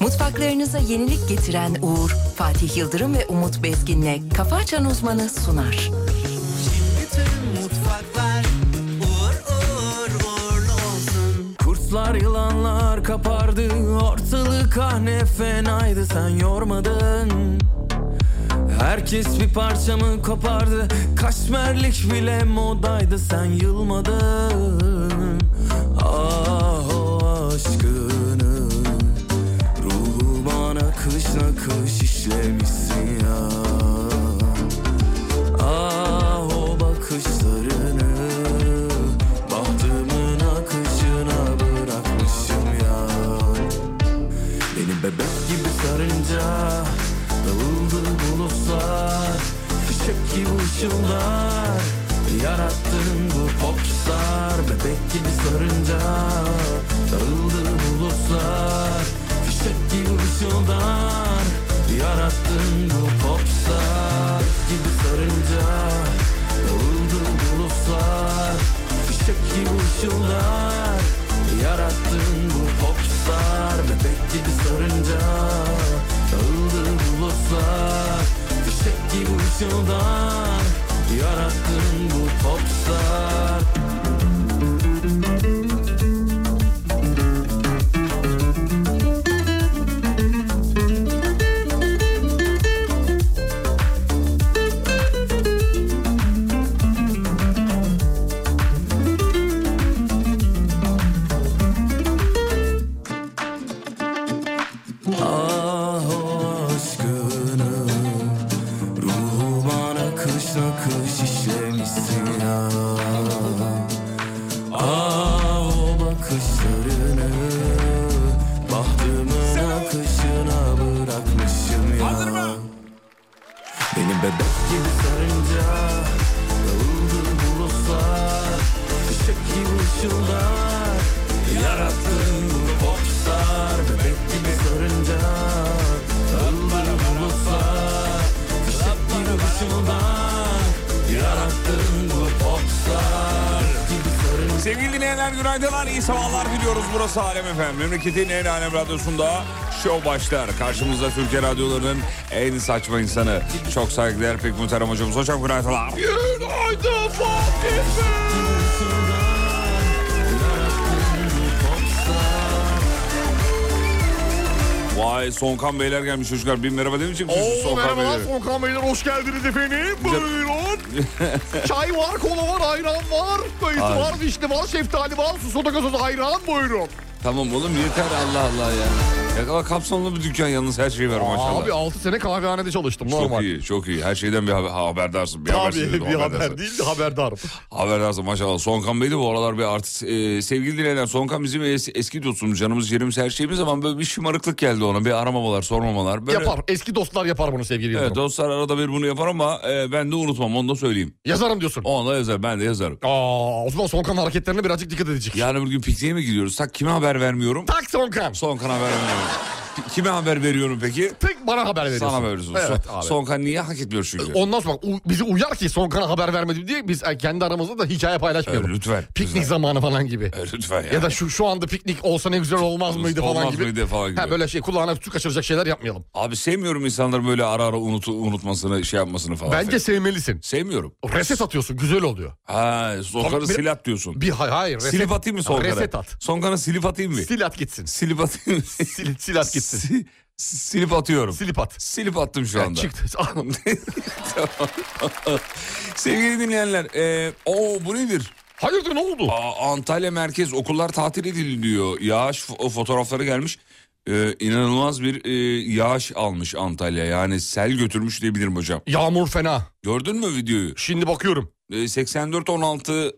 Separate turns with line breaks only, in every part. Mutfaklarınıza yenilik getiren Uğur, Fatih Yıldırım ve Umut Bezgin'le Kafa Açan Uzmanı sunar.
Bütün mutfaklar uğur uğur uğurlu olsun.
Kurtlar yılanlar kapardı Ortalık ah ne fenaydı Sen yormadın Herkes bir parçamı kopardı Kaşmerlik bile modaydı Sen yılmadın Ah o aşkını Ruhuma nakış nakış işlemişsin ya Ah o bakışlarını Bahtımın akışına bırakmışım ya Beni bebek gibi sarınca Dağıldı bulutlar Fişek gibi ışınlar Yarattın bu popstar Bebek gibi sarınca Dağıldı bulutlar Fişek gibi ışınlar Yarattın bu popstar Bebek gibi sarınca Dağıldı bulutlar Fişek gibi ışınlar Yarattın bu popstar Bebek gibi sarınca Dağıldı bulutlar Fişek gibi ışıldan Yarattın bu popstar Ah o aşkını Ruhuma nakış nakış işlemişsin ya Ah o bakışlarını Bahtımın akışına bırakmışım ya Beni bebek gibi sarınca Dağıldı bulutlar Fişek gibi ışıllar Yarattın bu popstar Bebek gibi sarınca Dağıldı bulutlar Fişek gibi ışıllar Yarattın bu popstar Gibi sarınca
Sevgili dinleyenler günaydınlar, iyi sabahlar diliyoruz. Burası Alem Efendim. Memleketin en alem radyosunda şov başlar. Karşımızda Türkiye radyolarının en saçma insanı. Çok saygıdeğer pek muhterem hocamız. Hocam günaydınlar. Günaydın Fatih Vay Sonkan Beyler gelmiş çocuklar. Bir merhaba demeyecek misiniz
Oo,
Sonkan
merhabalar
Beyler?
Volkan Beyler hoş geldiniz efendim. Buyurun. Çay var, kola var, ayran var. Dayısı
Ay.
var, vişne var, şeftali var, susoda gazoz ayran buyurun.
Tamam oğlum yeter Allah Allah ya. Ya kadar kapsamlı bir dükkan yalnız her şey var maşallah.
Abi 6 sene kahvehanede çalıştım
Çok
normal.
iyi, çok iyi. Her şeyden bir haber, haberdarsın. Bir
Abi
habersin dedim,
bir haber
haberdarsın.
değil de haberdarım.
Haberdarsın maşallah. Sonkan Bey de bu aralar bir artist. Ee, sevgili dinleyenler Sonkan bizim es- eski dostumuz, canımız, yerimiz, her şeyimiz ama böyle bir şımarıklık geldi ona. Bir aramamalar, sormamalar. Böyle,
Yapar. Eski dostlar yapar bunu sevgili
Evet,
Yıldırım.
dostlar arada bir bunu yapar ama e, ben de unutmam onu da söyleyeyim.
Yazarım diyorsun.
Onu da yazar, ben de yazarım.
Aa, o zaman Sonkan hareketlerine birazcık dikkat edecek.
Yarın bir gün pikniğe mi gidiyoruz? Tak kime haber vermiyorum?
Tak Sonkan.
Sonkan haber vermiyorum. Kime haber veriyorum peki?
Tık bana haber veriyorsun.
Sana veriyorsun.
Evet
Son-
abi.
Sonkan niye hak etmiyor çünkü?
Ondan sonra u- bizi uyar ki Sonkan'a haber vermedim diye biz e, kendi aramızda da hikaye paylaşmayalım.
E, lütfen,
Piknik
lütfen.
zamanı falan gibi.
E, lütfen ya.
Ya da şu şu anda piknik olsa ne güzel olmaz mıydı falan
Olmaz
gibi.
mıydı falan gibi.
Ha böyle şey kulağına su kaçıracak şeyler yapmayalım.
Abi sevmiyorum insanların böyle ara ara unutu, unutmasını, şey yapmasını falan.
Bence sevmelisin.
Sevmiyorum.
Reset atıyorsun güzel oluyor.
Ha, Sonkan'ı
Tabii,
sil at diyorsun.
Bir hayır hayır. Reset.
Silip atayım mı Sonkan'a?
Reset at.
Sonkan'a silip atayım mı?
Sil at gitsin.
Silip atayım mı?
Sil, sil at gitsin.
Si- silip atıyorum.
Silip at.
silip attım şu
Ya
anda.
Çıktı.
Tamam. Sevgili dinleyenler, e, o bu nedir?
Hayırdır ne oldu?
Aa, Antalya merkez okullar tatil ediliyor. Yağış fo- fotoğrafları gelmiş. E, inanılmaz bir e, yağış almış Antalya. Yani sel götürmüş diyebilirim hocam.
Yağmur fena.
Gördün mü videoyu?
Şimdi bakıyorum.
E, 8416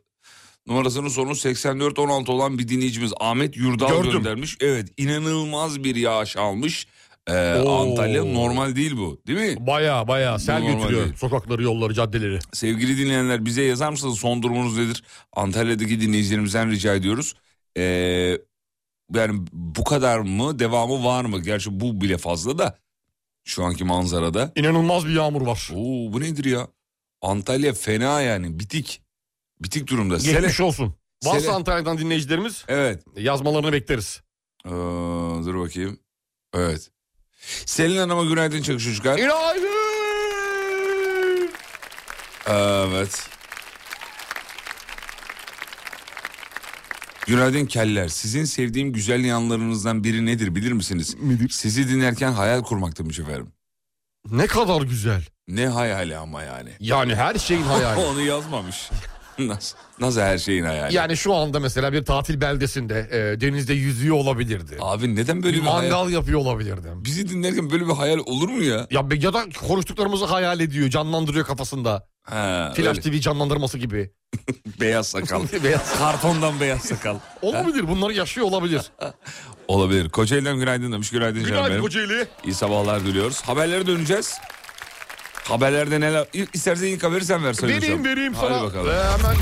numarasının sonu 8416 olan bir dinleyicimiz Ahmet Yurdal
Gördüm.
göndermiş. Evet inanılmaz bir yağış almış. E,
Oo.
Antalya normal değil bu değil mi?
Baya baya sel
Normal
götürüyor
değil.
sokakları, yolları, caddeleri.
Sevgili dinleyenler bize yazar mısınız son durumunuz nedir? Antalya'daki dinleyicilerimizden rica ediyoruz. E, yani bu kadar mı devamı var mı? Gerçi bu bile fazla da şu anki manzarada.
İnanılmaz bir yağmur var.
Oo, bu nedir ya? Antalya fena yani bitik. Bitik durumda. Sele.
Geçmiş olsun. Varsa
Sele-
Antalya'dan dinleyicilerimiz
Evet.
yazmalarını bekleriz.
Ee, dur bakayım. Evet. Selin Hanım'a günaydın çakış çocuklar.
Günaydın.
Evet. Günaydın keller. Sizin sevdiğim güzel yanlarınızdan biri nedir bilir misiniz?
Nedir?
Sizi dinlerken hayal kurmak demiş efendim.
Ne kadar güzel.
Ne hayali ama yani.
Yani her şeyin hayali.
Onu yazmamış. nasıl, nasıl her şeyin hayali?
yani şu anda mesela bir tatil beldesinde e, denizde yüzüyor olabilirdi.
Abi neden böyle bir hayal?
Mangal yapıyor olabilirdim.
Bizi dinlerken böyle bir hayal olur mu ya?
Ya, ya da konuştuklarımızı hayal ediyor, canlandırıyor kafasında.
Ha,
Flash TV
öyle.
canlandırması gibi.
Beyaz sakal.
Beyaz.
Kartondan beyaz sakal.
Olabilir, bunları yaşıyor olabilir.
Olabilir. Kocaeli'den günaydın demiş. Günaydın, canım
Günaydın
benim.
Kocaeli.
İyi sabahlar diliyoruz. Haberlere döneceğiz. Haberlerde neler... İstersen ilk haberi sen ver Sayın
Vereyim
Hocam.
vereyim
Hadi
sana.
bakalım.
Ve hemen,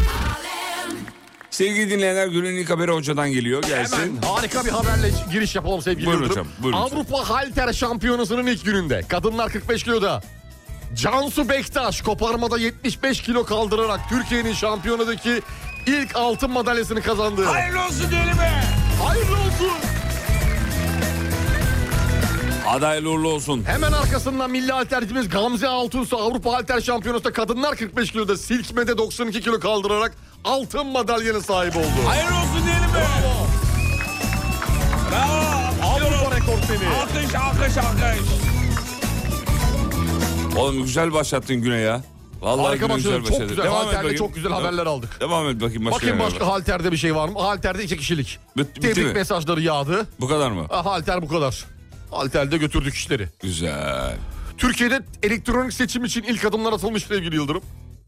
Sevgili dinleyenler günün ilk haberi hocadan geliyor. Gelsin.
hemen harika bir haberle giriş yapalım sevgili
Buyurun
Yıldırım.
hocam, buyurun hocam.
Avrupa Halter Şampiyonası'nın ilk gününde kadınlar 45 kiloda Cansu Bektaş koparmada 75 kilo kaldırarak Türkiye'nin şampiyonadaki ilk altın madalyasını kazandı.
Hayırlı olsun diyelim be.
Hayırlı olsun.
Adaylı uğurlu olsun.
Hemen arkasından milli haltercimiz Gamze Altunsu Avrupa Halter Şampiyonası'nda kadınlar 45 kiloda silkmede 92 kilo kaldırarak altın madalyanın sahibi oldu.
Hayırlı olsun diyelim be.
Bravo.
Bravo.
Avrupa rekortmeni.
Alkış alkış alkış. Oğlum güzel başlattın güne ya. Vallahi
Harika
güne
başladı.
güzel
Çok
başlattın.
güzel
Devam et
halterde
bakayım.
çok güzel
Devam-
haberler aldık.
Devam et bakayım başka
Bakayım
yerlere
başka
bak.
halterde bir şey var mı? Halterde iki kişilik.
Bit- bitti
Tebrik
mi?
mesajları yağdı.
Bu kadar mı?
Ah, halter bu kadar. Halterde götürdük işleri.
Güzel.
Türkiye'de elektronik seçim için ilk adımlar atılmış sevgili Yıldırım.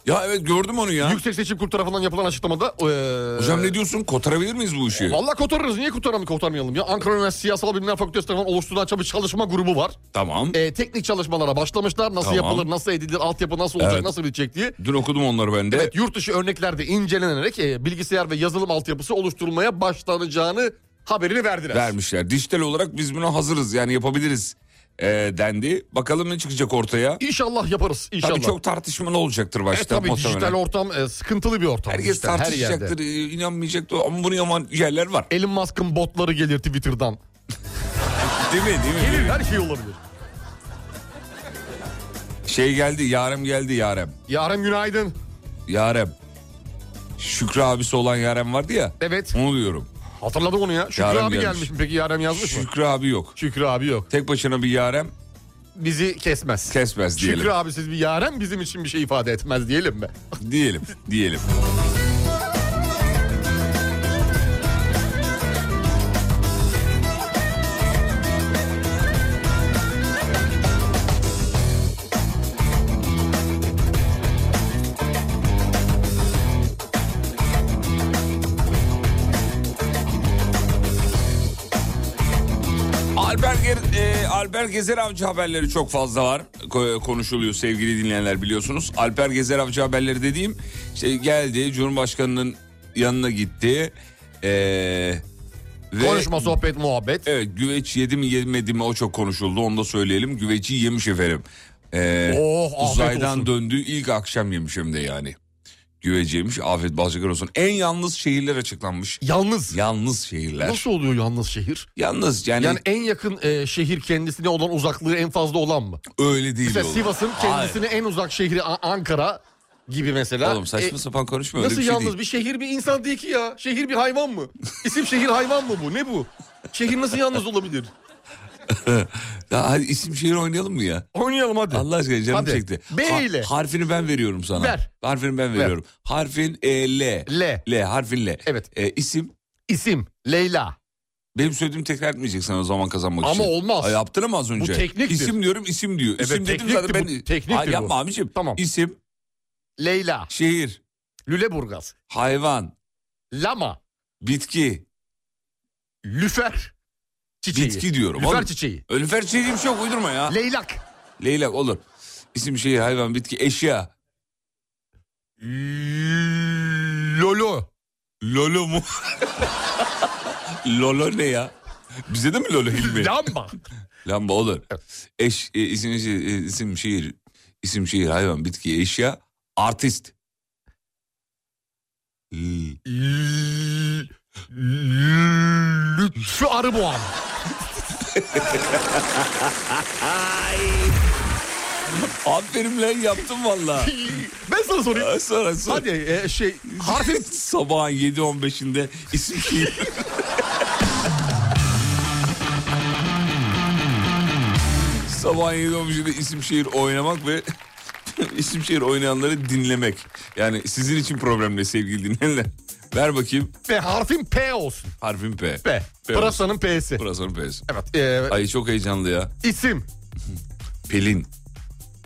Ya evet gördüm onu ya.
Yüksek Seçim Kurulu tarafından yapılan açıklamada... eee,
Hocam ne diyorsun? Kotarabilir miyiz bu işi?
Valla kotarırız. Niye kotaram- kotarmayalım ya? Ankara Üniversitesi Siyasal Bilimler Fakültesi tarafından oluşturulan çabuk çalışma grubu var.
Tamam.
Ee, teknik çalışmalara başlamışlar. Nasıl
Tamam.
yapılır, nasıl edilir, altyapı nasıl olacak,
Evet.
nasıl bitecek diye.
Dün okudum onları ben de.
Evet, yurt dışı örneklerde incelenerek e, bilgisayar ve yazılım altyapısı oluşturulmaya başlanacağını haberini verdiler.
Vermişler. Dijital olarak biz buna hazırız yani yapabiliriz e, dendi. Bakalım ne çıkacak ortaya.
İnşallah yaparız inşallah.
Tabii çok tartışmalı olacaktır
E,
başta.
tabii
muhtemelen.
dijital ortam e, sıkıntılı bir ortam.
Herkes
Dijital, her yerde.
tartışacaktır, e, inanmayacaktır ama bunu yaman yerler var.
Elon Musk'ın botları gelir Twitter'dan.
Değil mi? Değil mi? Değil mi?
Her şey olabilir.
Şey geldi, Yarem geldi Yarem.
Yarem günaydın.
Yarem. Şükrü abisi olan Yarem vardı ya.
Evet.
Onu diyorum.
Hatırladık onu ya. Şükrü
Yarem
abi
gelmiş.
gelmiş. mi? Peki Yarem yazmış mı?
Şükrü abi yok.
Şükrü abi yok.
Tek başına bir Yarem
Bizi kesmez.
kesmez diyelim.
Şükrü abi siz bir yarem bizim için bir şey ifade etmez diyelim mi?
Diyelim, diyelim. Alper, Ge- e, Alper Gezer Avcı haberleri çok fazla var. Ko- konuşuluyor sevgili dinleyenler biliyorsunuz. Alper Gezer Avcı haberleri dediğim işte geldi Cumhurbaşkanı'nın yanına gitti. E, ve
Konuşma, sohbet, muhabbet.
Evet güveç yedi mi yemedi mi o çok konuşuldu onu da söyleyelim. Güveci yemiş efendim. E,
Oh, afiyet
uzaydan
olsun.
döndü ilk akşam yemiş hem de yani. Güveci yemiş afiyet balçaklar olsun. En yalnız şehirler açıklanmış.
Yalnız.
Yalnız şehirler.
Nasıl oluyor yalnız şehir?
Yalnız yani,
Yani en yakın e, şehir kendisine olan uzaklığı en fazla olan mı?
öyle değil.
Mesela
oğlum.
Sivas'ın kendisine en uzak şehri A- Ankara gibi mesela.
Oğlum saçma
E,
sapan konuşma öyle
Nasıl
bir şey
yalnız
değil.
bir şehir bir insan değil ki ya? Şehir bir hayvan mı? İsim şehir hayvan mı bu? Ne bu? Şehir nasıl yalnız olabilir?
Ya hadi isim şehir oynayalım mı ya?
Oynayalım hadi.
Allah aşkına canım
Hadi.
çekti.
B
Ha-
ile.
harfini ben veriyorum sana.
Ver.
Harfini ben veriyorum. Harfin e, L.
L.
L harfin L.
Evet.
E, isim
İsim Leyla.
benim söylediğimi tekrar etmeyeceksin o zaman kazanmak
Ama
için.
olmaz.
Ay, yaptın ama az önce.
tekniktir.
İsim diyorum isim diyor. isim dedim
tekniktir
zaten
bu,
ben.
tekniktir
Hayır
bu.
yapma abicim.
Tamam.
İsim,
Leyla.
şehir,
Lüleburgaz.
hayvan,
Lama.
bitki.
Lüfer çiçeği.
Bitki diyorum
Lüfer
oğlum.
çiçeği.
Ölüfer şey diye bir şey yok uydurma ya.
Leylak.
Leyla olur. İsim şehir hayvan bitki eşya.
Lolo.
Lolo mu? Lolo ne ya? Bize de mi Lolo Hilmi?
Lamba.
Lamba olur. Eş, e, isim, şi- e, isim, şehir, isim, şehir, hayvan, bitki, eşya, artist. L-
Lütfü Arıboğan.
Aferin lan yaptım valla.
Ben sana sorayım.
Sonra sonra.
Hadi e, şey harfin
Sabahın 7.15'inde isim şehir. Sabahın 7.15'inde isim şehir oynamak ve isim şehir oynayanları dinlemek. Yani sizin için problem ne sevgili dinleyenler? Ver bakayım
ve harfin P olsun.
harfin P.
P.
P olsun.
Pırasa'nın P'si.
Pırasanın P'si.
Evet. e,
Ay çok heyecanlı ya.
isim,
Pelin,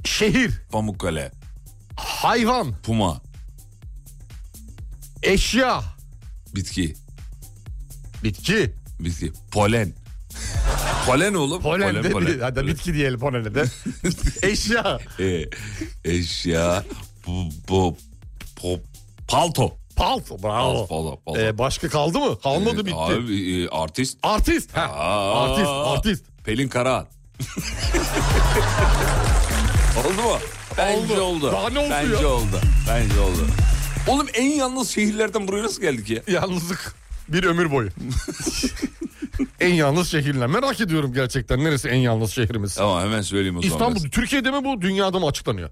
şehir,
Pamukkale,
hayvan,
Puma,
eşya,
bitki,
bitki.
bitki, polen. Polen oğlum.
Polen, de,
polen.
Hadi bitki diyelim polene de. eşya,
e, eşya bu, bu po, palto.
palto. Bravo.
Palto, palto, palto.
E, başka kaldı mı? Kalmadı
Ee,
bitti.
Abi, e, artist.
Artist. heh.
Aa.
Artist, artist.
Pelin Karahan. oldu mu? Bence
Oldu.
oldu.
Daha ne oldu
Bence
ya?
oldu. Bence oldu. Oğlum en yalnız şehirlerden buraya nasıl geldik ya?
Yalnızlık bir ömür boyu. en yalnız şehirler. Merak ediyorum gerçekten neresi en yalnız şehrimiz?
Tamam hemen söyleyeyim o zaman.
İstanbul, Türkiye'de mi bu, dünyada mı açıklanıyor?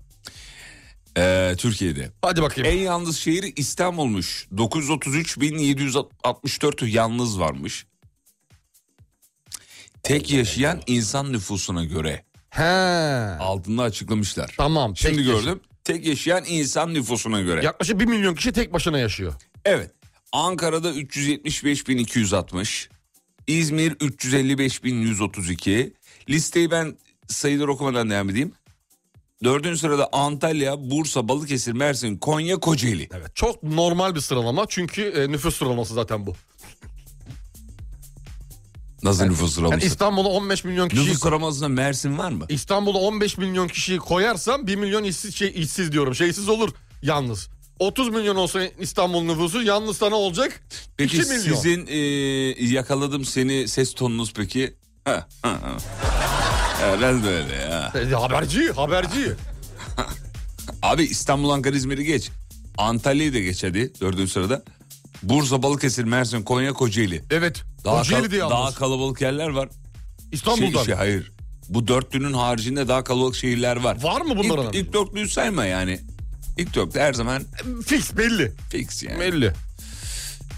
Ee, Türkiye'de.
Hadi bakayım.
En yalnız şehri İstanbul'muş. 933.764 yalnız varmış. Tek yaşayan insan nüfusuna göre
He.
altında açıklamışlar.
Tamam.
Şimdi
tek
gördüm.
yaşa-
Tek yaşayan insan nüfusuna göre.
Yaklaşık 1 milyon kişi tek başına yaşıyor.
Evet. Ankara'da 375.260, İzmir 355.132. Listeyi ben sayıları okumadan devam edeyim. Dördüncü sırada Antalya, Bursa, Balıkesir, Mersin, Konya, Kocaeli.
Evet. Çok normal bir sıralama çünkü e, nüfus sıralaması zaten bu.
Nasıl nüfus
Yani
sıralaması?
İstanbul'a 15 milyon kişi
Nüfus sıralamasında şey Mersin var mı?
İstanbul'a 15 milyon kişiyi koyarsam 1 milyon işsiz şey işsiz diyorum. Şeysiz olur yalnız. 30 milyon olsa İstanbul nüfusu yalnız sana olacak.
Peki
2 milyon.
sizin e, yakaladım seni ses tonunuz peki? Ha, ha, ha. Herhalde öyle ya.
E, Haberci, haberci.
Abi İstanbul, Ankara, İzmir'i geç. Antalya'yı da geç hadi dördüncü sırada. Bursa, Balıkesir, Mersin, Konya, Kocaeli.
Evet.
Daha,
Kocaeli
kal-
diye
daha
yalnız.
kalabalık yerler var.
İstanbul'dan.
Şey, şey, hayır. Bu dörtlünün haricinde daha kalabalık şehirler var.
Var mı bunların
İlk,
arasında?
ilk dörtlüyü sayma yani. İlk dörtlü her zaman
Fix belli.
fix yani.
Belli.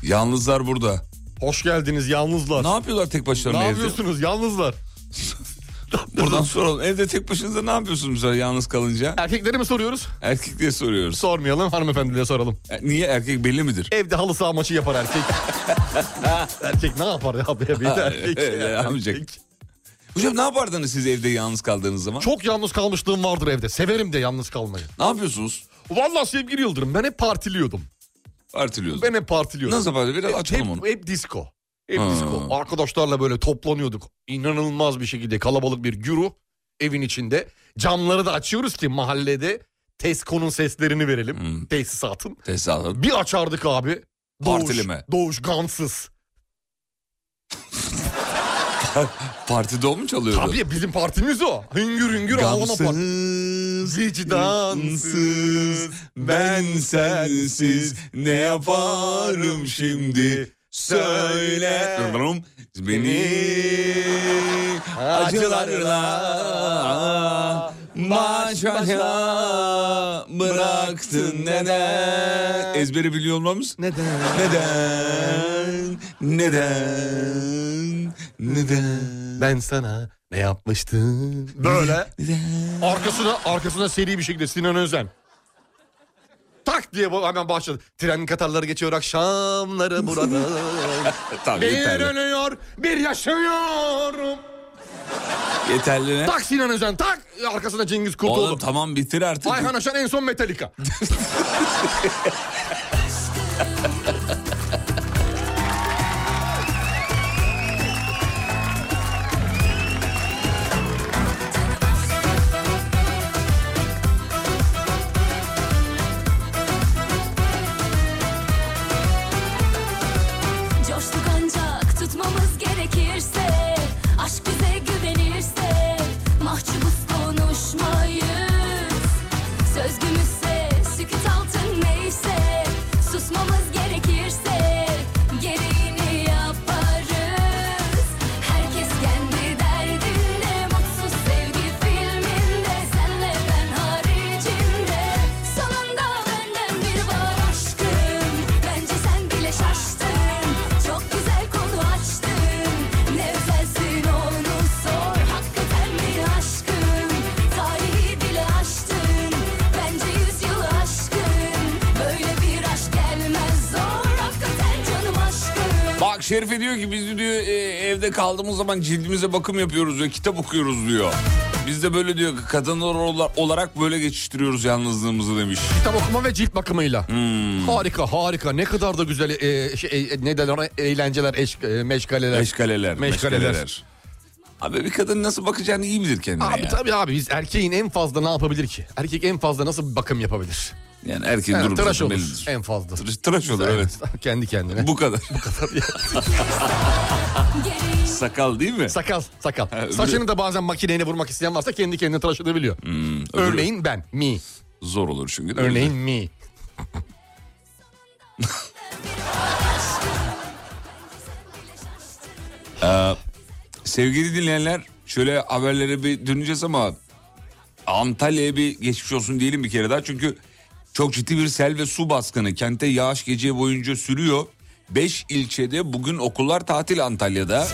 Yalnızlar burada.
Hoş geldiniz yalnızlar.
Ne yapıyorlar tek başlarına
ne
evde?
yapıyorsunuz yalnızlar?
Buradan soralım. Evde tek başınıza ne yapıyorsunuz mesela yalnız kalınca?
Erkeklere mi soruyoruz?
Erkek diye soruyoruz.
Sormayalım hanımefendilere soralım.
E, Niye erkek belli midir?
Evde halı saha maçı yapar erkek. erkek ne yapar ya? Bir de erkek.
öyle yapmayacak. Hocam ne yapardınız siz evde yalnız kaldığınız zaman?
Çok yalnız kalmışlığım vardır evde. Severim de yalnız kalmayı.
Ne yapıyorsunuz?
Vallahi sevgili Yıldırım ben hep partiliyordum.
Partiliyoruz.
Ben hep partiliyordum.
Nasıl parti? Biraz E, açalım
hep,
onu.
Hep disco. Hep
Ha.
disco. Arkadaşlarla böyle toplanıyorduk. İnanılmaz bir şekilde kalabalık bir güru evin içinde. Camları da açıyoruz ki mahallede Tesco'nun seslerini verelim.
Hmm.
Tesisatın.
Tesadüf.
Bir açardık abi.
Partileme.
Doğuş Gansız.
Partide o mu çalıyordu?
Tabii bizim partimiz o. Hüngür hüngür ağlama partisi.
Gamsız,
vicdansız,
ben sensiz ne yaparım şimdi? Söyle beni acılarla baş başa bıraktın neden? Ezberi biliyor olmamız?
Neden?
Neden? Neden? Neden?
Ben sana ne yapmıştım? Böyle. arkasına arkasına seri bir şekilde Sinan Özen. Tak diye bu- hemen başladı. Tren katarları geçiyor akşamları burada.
Tamam
bir
yeterli.
ölüyor, bir yaşıyorum.
Yeterli ne?
Tak Sinan Özen tak. Arkasına Cengiz
Oğlum
Kurtoğlu.
tamam bitir artık.
Ayhan Aşan en son Metallica.
Coştuk ancak tutmamız gerekirse Aşk bize güvenirse Mahcubuz konuşmayız Sözgümüzse sükut altın neyse
Şerife diyor ki biz diyor e, evde kaldığımız zaman cildimize bakım yapıyoruz diyor. Kitap okuyoruz diyor. Biz de böyle diyor kadınlar ola- olarak böyle geçiştiriyoruz yalnızlığımızı demiş.
Kitap okuma ve cilt bakımıyla. Hmm. Harika harika ne kadar da güzel e, şey, e, ne derler ona? eğlenceler, eş, e, meşgaleler.
Meşgaleler.
Meşgaleler.
Meşgaleler. Abi bir kadın nasıl bakacağını iyi bilir kendine
Abi
ya.
tabii abi biz erkeğin en fazla ne yapabilir ki? Erkek en fazla nasıl bir bakım yapabilir?
Yani erkeğin
Yani
durumu
tıraş
zaten
olur
bellidir.
en fazla.
Tıraş- Tıraş olur evet.
Kendi kendine.
Bu kadar.
Gereği
Sakal değil mi?
Sakal, sakal. Saçını da bazen makineyle vurmak isteyen varsa kendi kendine tıraş edebiliyor.
Hmm,
Örneğin ben, mi.
Zor olur çünkü. değil mi?
Örneğin mi.
Sevgili dinleyenler şöyle haberlere bir döneceğiz ama Antalya'ya bir geçmiş olsun diyelim bir kere daha. Çünkü çok ciddi bir sel ve su baskını kente yağış gece boyunca sürüyor. 5 ilçede bugün okullar tatil Antalya'da.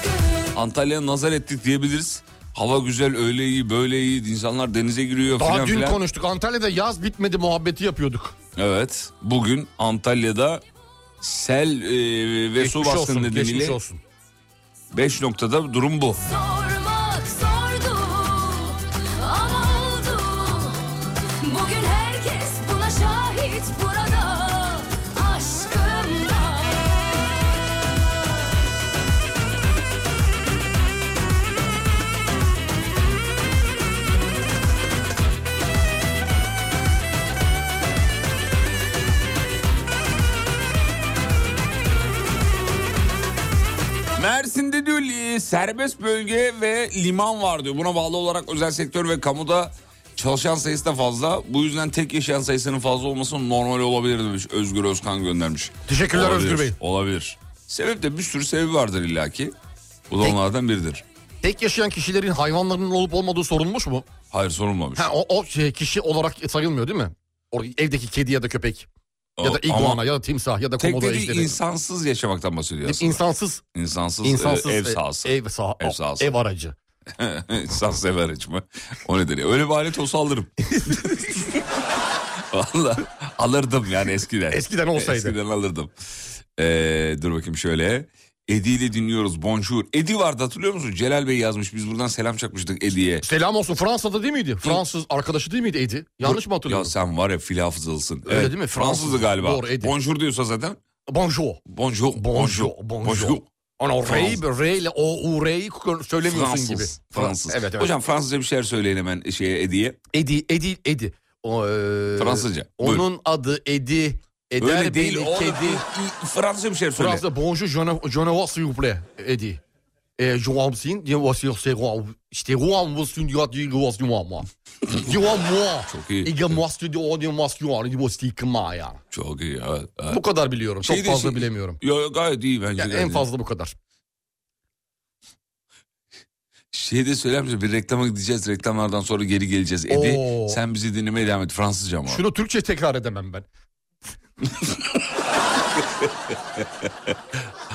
Antalya'ya nazar ettik diyebiliriz. Hava güzel öyle iyi böyle iyi insanlar denize giriyor
Daha
filan
dün
filan.
konuştuk. Antalya'da yaz bitmedi muhabbeti yapıyorduk.
Evet bugün Antalya'da sel e, ve su
Geçmiş
baskını
olsun, geçmiş
nedeniyle
olsun.
5 noktada durum bu.
sormak zordu ama oldu. Bugün herkes buna şahit burada aşkımda.
Mersin'de diyor li- serbest bölge ve liman var diyor. Buna bağlı olarak özel sektör ve kamuda çalışan sayısı da fazla. Bu yüzden tek yaşayan sayısının fazla olması normal olabilir demiş. Özgür Özkan göndermiş.
Teşekkürler
Olabilir,
Özgür Bey.
Olabilir. Sebep de bir sürü sebebi vardır illaki. Bu da onlardan biridir.
Tek yaşayan kişilerin hayvanlarının olup olmadığı sorulmuş mu?
Hayır sorulmamış.
Ha, o, o şey, kişi olarak sayılmıyor değil mi? O evdeki kedi ya da köpek. Ya da
Ama
iguana ya da timsah ya da
Tek
komodo
dediği
ejderi.
insansız yaşamaktan bahsediyor aslında.
İnsansız,
insansız, e,
insansız
ev
e,
sahası.
Ev, saha,
Ev sahası.
ev aracı.
İnsan sever içme. O nedeni. Öyle bir alet olsa alırım. Valla alırdım yani eskiden.
Eskiden olsaydı.
Eskiden alırdım. Ee, dur bakayım şöyle. Edi ile dinliyoruz. Bonjour. Edi vardı hatırlıyor musun? Celal Bey yazmış. Biz buradan selam çakmıştık Edi'ye.
Selam olsun Fransa'da değil miydi? Fransız arkadaşı değil miydi Edi? Yanlış mı
Ya
hatırlıyorum?
sen var ya fil hafızalısın.
Öyle değil mi? Fransız.
Fransızdı galiba.
Doğru, Edi.
Bonjour diyorsa zaten.
Bonjour.
Bonjour.
Bonjour. Bonjour. Ana R'yi, R ile O, U, R'yi söylemiyorsun
Fransız.
gibi.
Fransız.
Evet, evet.
Hocam Fransızca bir şeyler söyleyin hemen şeye Edi'ye.
Edi, Edi, Edi. O, e,
Fransızca.
Onun
Buyurun.
adı Edi. Eder
Öyle değil.
beni
oğlum.
kedi.
Fransızca bir şeyler söyle.
Fransızca bonjour, je ne- je ne vois s'il vous plaît. Edi. E, je vous sin, je vous sur c'est quoi? İşte vous vous sin, je dis vous sin moi moi. Je vois moi.
Çok iyi.
Je moi sin, je moi sin, je vous sin moi ya.
Çok iyi. Evet, evet.
Bu kadar biliyorum. Çok
Şey de
fazla
şey-
bilemiyorum.
Yo, yo, gayet iyi bence.
Yani
gayet
en
iyi.
fazla bu kadar.
Şey de söyler misin? Bir reklama gideceğiz. Reklamlardan sonra geri geleceğiz. Edi
Oo.
sen bizi dinlemeye devam et. Fransızca mı? o?
Şunu Türkçe tekrar edemem ben.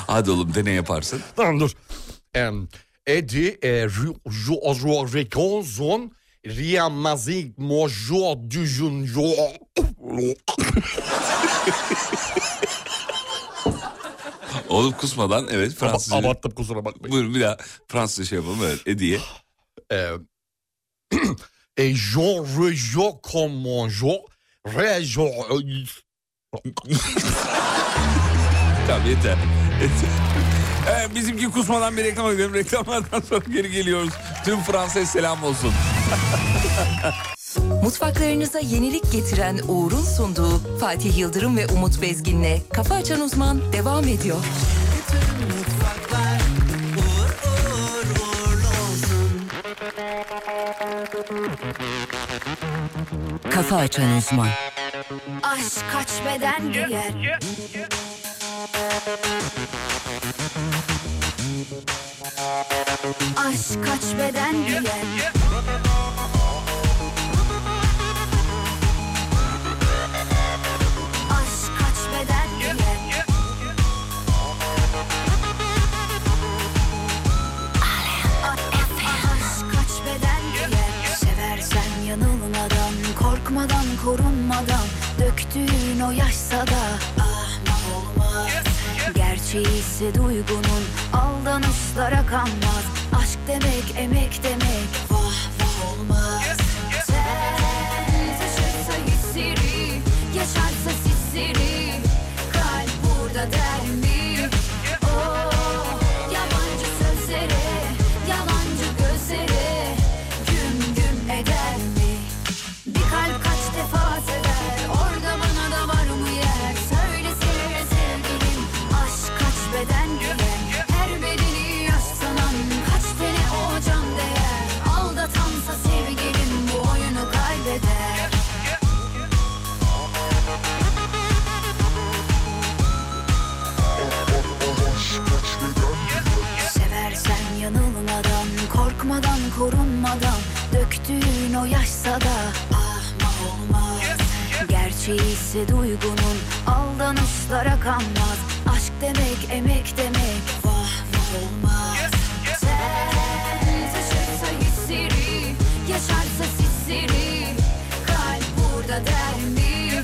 Hadi oğlum dene yaparsın.
Tamam dur. Em, Edi e, ju- ju- ju- rekonzon riyamazik mojo düjun jo-
Oğlum kusmadan evet Fransızca.
Abarttım kusura bakmayın.
Buyurun bir daha Fransızca şey yapalım. Evet Edi'ye.
Em, E, jo rejo komonjo rejo
Tamam yeter. Yeter. Evet, bizimki kusmadan bir reklama gidelim. Reklamlardan sonra geri geliyoruz. Tüm Fransa'ya selam olsun.
Mutfaklarınıza yenilik getiren Uğur'un sunduğu Fatih Yıldırım ve Umut Bezgin'le Kafa Açan Uzman devam ediyor.
Bütün mutfaklar uğur uğur uğurlu olsun.
Kafa Açan Uzman
Aşk kaç beden diğer Aşk kaç beden diğer Aşk kaç beden diğer Aşk kaç beden diğer Seversen yanılmadan Korkmadan korunmadan Döktüğün o yaşsa da Ah ne olmaz Gerçi çiğisi duygunun Aldanışlara kanmaz Aşk demek emek demek Vah vah olmaz Sen taşırsa hissiri Yaşarsa sisiri Kalp burada der mi? Oh, yabancı sözlere Yalancı gözlere Güm güm eder mi? Bir kalp kaç defa sever Orada bana da var mı yer Söylesene sevgilim Aşk kaç beden giyer Her bedeni aşk sanan Kaç tane o can değer Aldatansa sevgilim Bu oyunu kaybeder Seversen yanılmadan, korkmadan, korunmadan Döktüğün o yaşsa da ah ahma olmaz Gerçeği ise duygunun, aldanışlara kanmaz Aşk demek, emek demek, vah vah olmaz Sen taşırsa hissiri, yaşarsa sisiri Kalp burada der mi?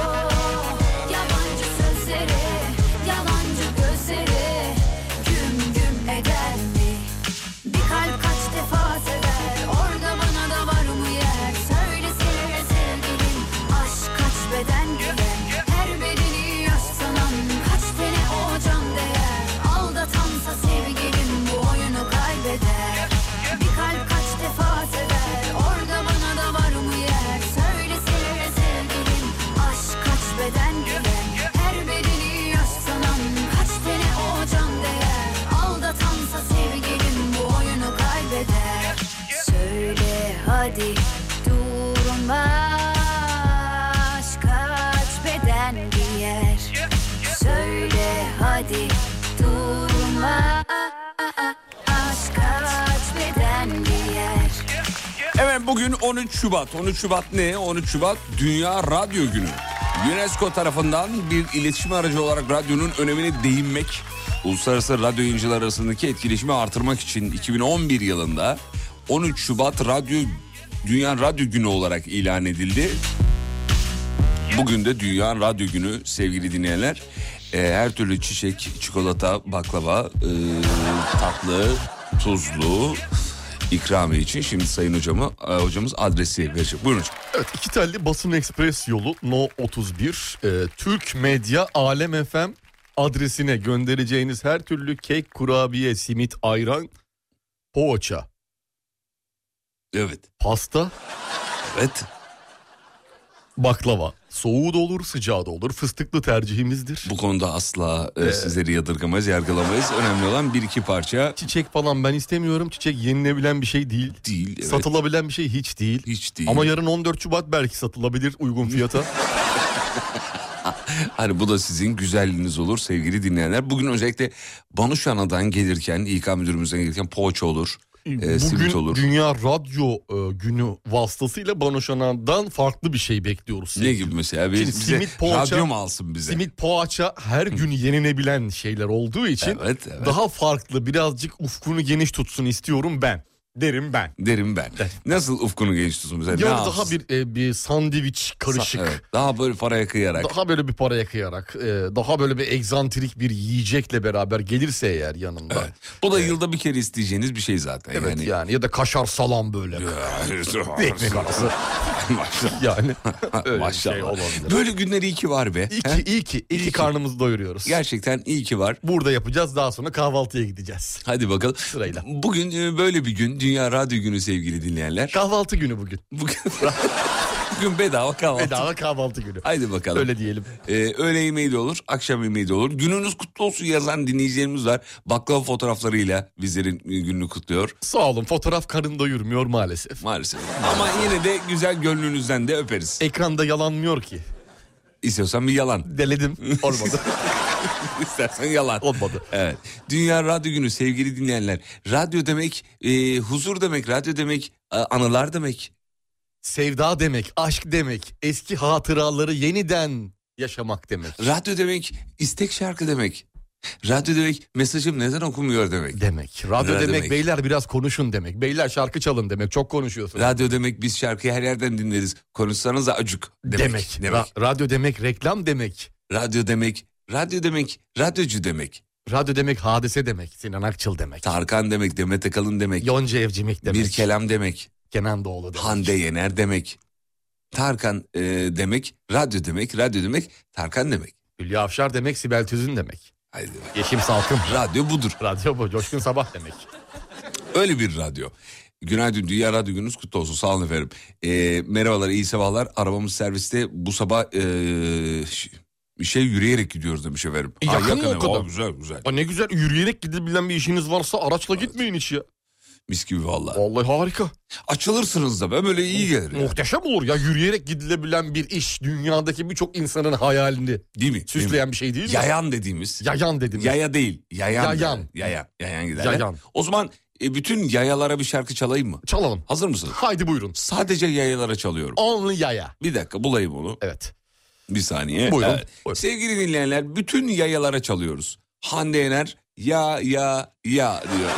Oh, yabancı sözlere, yalancı gözlere Güm güm eder mi? Bir kalp kaç defa sever Orada bana da var mı yer Söylesene sevgilim Aşk kaç beden giyer Her bedeni aşk sanan Kaç tane o can değer Aldatansa sevgilim Bu oyunu kaybeder Bir kalp kaç defa sever Orada bana da var mı yer Söylesene sevgilim Aşk kaç beden giyer Her bedeni aşk sanan Kaç tane o can değer Aldatansa sevgilim Bu oyunu kaybeder Söyle hadi Durma Aşk kaç beden giyer Söyle hadi Durma Aşk kaç beden giyer
Evet bugün 13 Şubat. 13 Şubat ne? 13 Şubat Dünya Radyo Günü. UNESCO tarafından bir iletişim aracı olarak radyonun önemine değinmek, uluslararası radyo yayıncıları arasındaki etkileşimi artırmak için 2011 yılında 13 Şubat Radyo Dünya Radyo Günü olarak ilan edildi. Bugün de Dünya Radyo Günü sevgili dinleyenler. Ee, her türlü çiçek, çikolata, baklava, ee, tatlı, tuzlu ikramiye için şimdi sayın hocama e, hocamız adresi verecek. Buyurun hocam.
Evet iki telli basın ekspres yolu No 31 e, Türk Medya Alem FM adresine göndereceğiniz her türlü kek, kurabiye, simit, ayran, poğaça,
Evet.
pasta,
Evet.
baklava. Soğuğu da olur sıcağı da olur fıstıklı tercihimizdir.
Bu konuda asla e, sizleri yadırgamayız, yargılamayız. Önemli olan bir iki parça
Çiçek falan ben istemiyorum. Çiçek yenilebilen bir şey değil.
değil. Evet.
Satılabilen bir şey hiç değil.
Hiç değil.
Ama yarın 14 Şubat belki satılabilir uygun fiyata.
Hani bu da sizin güzelliğiniz olur sevgili dinleyenler. Bugün özellikle Banuşana'dan gelirken, İK müdürümüzden gelirken poğaça olur. e, simit
Bugün
olur.
Dünya Radyo e, Günü vasıtasıyla Banoşanan'dan farklı bir şey bekliyoruz.
Ne gibi mesela? Biz,
Şimdi
bize
simit, poğaça-
radyo mu alsın bize?
Simit poğaça her gün yenilebilen şeyler olduğu için
Evet, evet.
daha farklı birazcık ufkunu geniş tutsun istiyorum ben. Derim ben.
Derim ben. Nasıl ufkunu geniş tutsun bize? Ne
Ya
alsın?
daha bir e, bir sandviç karışık.
Evet, daha böyle paraya kıyarak.
Daha böyle bir paraya kıyarak, e, daha böyle bir egzantrik bir yiyecekle beraber gelirse eğer yanında. Evet,
Bu da yılda bir kere isteyeceğiniz bir şey zaten.
yani. ya da kaşar salam böyle. Bir ekmek arası.
Maşallah.
Yani öyle bir
Maşallah.
şey olabilir.
Böyle günleri iyi ki var be.
İyi
He?
ki, iyi ki, iyi ki karnımızı doyuruyoruz.
Gerçekten iyi ki var.
Burada yapacağız daha sonra kahvaltıya gideceğiz.
Hadi bakalım.
Sırayla.
Bugün e, böyle bir gün. Dünya Radyo Günü sevgili dinleyenler.
Kahvaltı günü bugün.
Bugün, bugün bedava kahvaltı.
Bedava kahvaltı günü.
Haydi bakalım.
Öyle diyelim.
Ee, öğle yemeği de olur, akşam yemeği de olur. Gününüz kutlu olsun yazan dinleyicilerimiz var. Baklava fotoğraflarıyla bizlerin e, gününü kutluyor
Sağ olun fotoğraf karın doyurmuyor maalesef.
maalesef. Ama yine de güzel gönlünüzden de öperiz.
Ekranda yalanmıyor ki.
İstiyorsan bir yalan,
Deledim olmadı.
istersen yalan.
Olmadı.
Evet. Dünya Radyo Günü sevgili dinleyenler. Radyo demek e, huzur demek, radyo demek e, anılar demek.
Sevda demek, aşk demek, eski hatıraları yeniden yaşamak demek.
Radyo demek istek şarkı demek. Radyo demek mesajım neden okumuyor demek.
Demek. Radyo
Radyo
demek,
demek.
beyler biraz konuşun demek. Beyler şarkı çalın demek. Çok konuşuyorsun.
Radyo demek biz şarkıyı her yerden dinleriz. Konuşsanız acık demek.
demek. Ra- radyo demek reklam demek.
Radyo demek Radyo demek, radyocu demek.
Radyo demek hadise demek. Sinan Akçıl demek.
Tarkan demek, Demet Akalın demek.
Yonca Evcimik demek.
Bir kelam demek.
Kenan Doğulu demek.
Hande Yener demek. Tarkan e, demek, radyo demek, radyo demek, Tarkan demek.
Hülya Afşar demek. Sibel Tüzün demek.
Haydi bak.
Yeşim Salkım.
Radyo budur.
Radyo bu. Coşkun Sabah demek.
Öyle bir radyo. Günaydın Dünya Radyo Gününüz kutlu olsun. Sağ olun efendim. Ee, merhabalar, iyi sabahlar. Arabamız serviste bu sabah ee, ş- şey yürüyerek gidiyoruz demiş efendim.
E, yakın mı o
ev.
kadar?
Aa, güzel güzel.
Aa, ne güzel yürüyerek gidebilen bir işiniz varsa araçla gitmeyin hiç ya.
Mis gibi valla.
Vallahi harika.
Açılırsınız da ben böyle iyi gelir. ya.
Muhteşem olur ya yürüyerek gidilebilen bir iş dünyadaki birçok insanın hayalini
Değil mi? Değil mi?
süsleyen bir şey değil mi?
Yayan dediğimiz.
Yayan dedim.
Yaya değil. Yayan.
Yayan.
gider. Yayan. Yayan giderler.
Yayan.
O zaman e, bütün yayalara bir şarkı çalayım mı?
Çalalım.
Hazır mısınız?
Haydi buyurun.
Sadece yayalara çalıyorum.
Only yaya.
Bir dakika bulayım onu.
Evet.
Bir saniye.
Buyurun,
Ee,
buyurun.
Sevgili dinleyenler bütün yayalara çalıyoruz. Hande Yener ya ya ya diyor.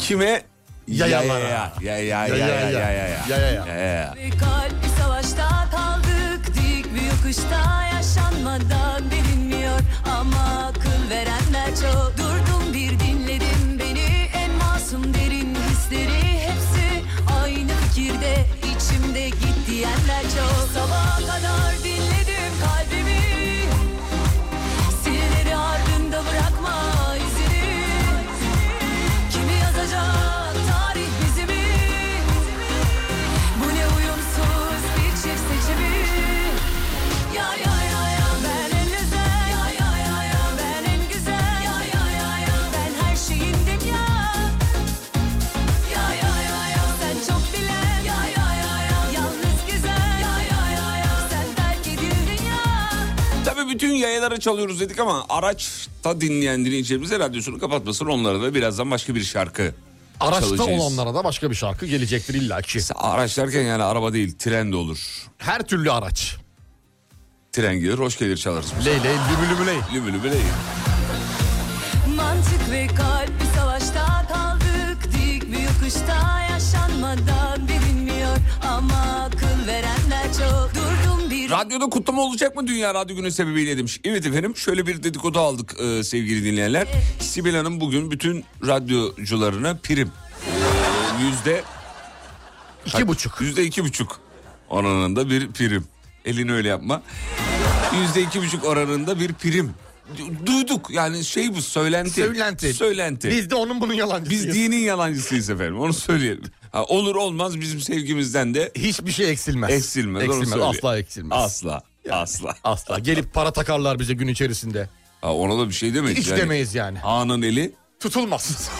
Kime?
Yayalara.
Ya ya ya ya ya ya ya ya.
Yaya ya.
ya.
Bir kalp bir savaşta kaldık Dik bir yokuşta yaşanmadan bilinmiyor Ama akıl verenler çok Durdum bir dinledim beni En masum derin hisleri hepsi Aynı fikirde içimde git diyenler çok Sabaha kadar dinledim kalbimi Sinirleri ardında bırakma izini Kimi yazacak tarih bizi mi? Bu ne uyumsuz bir çift seçimi Ya ya ya ya ben en özel Ya ya ya ya ben en güzel Ya ya ya ya ben her şeyindim ya Ya ya ya ya sen çok bilen Ya ya ya ya yalnız güzel Ya ya ya ya sen terk edildin ya
Tabii bütün yayalara çalıyoruz dedik ama araçta dinleyen dinleyicilerimize radyosunu kapatmasın. Onlara da birazdan başka bir şarkı
Araçta
çalacağız.
olanlara da başka bir şarkı gelecektir illaki.
Araç derken yani araba değil tren de olur.
Her türlü araç.
Tren gelir hoş gelir çalarız. biz.
Leyle lübü lübü ley.
Lübü lübü ley.
Mantık ve kalp bir savaşta kaldık Dik bir yokuşta yaşanmadan bilinmiyor Ama akıl verenler çok Durdum bir
Radyoda kutlama olacak mı Dünya Radyo Günü sebebiyle demiş. Evet efendim şöyle bir dedikodu aldık e, sevgili dinleyenler. Sibel Hanım bugün bütün radyocularına prim. E, Yüzde...
İki buçuk.
Yüzde iki buçuk oranında bir prim. Elini öyle yapma. Yüzde iki buçuk oranında bir prim. Du- Duyduk yani şey bu söylenti.
Söylenti.
Söylenti. Biz,
Biz de onun bunun yalancısıyız.
dinin yalancısıyız efendim onu söyleyelim. Ha, olur olmaz bizim sevgimizden de
Hiçbir şey eksilmez.
eksilmez. onu
Eksilmez.
söyleyeyim.
Asla eksilmez.
Asla. Asla.
Asla. Gelip para takarlar bize gün içerisinde.
Ha, ona da bir şey demeyiz.
Hiç
yani.
demeyiz yani.
Ağanın eli.
Tutulmaz.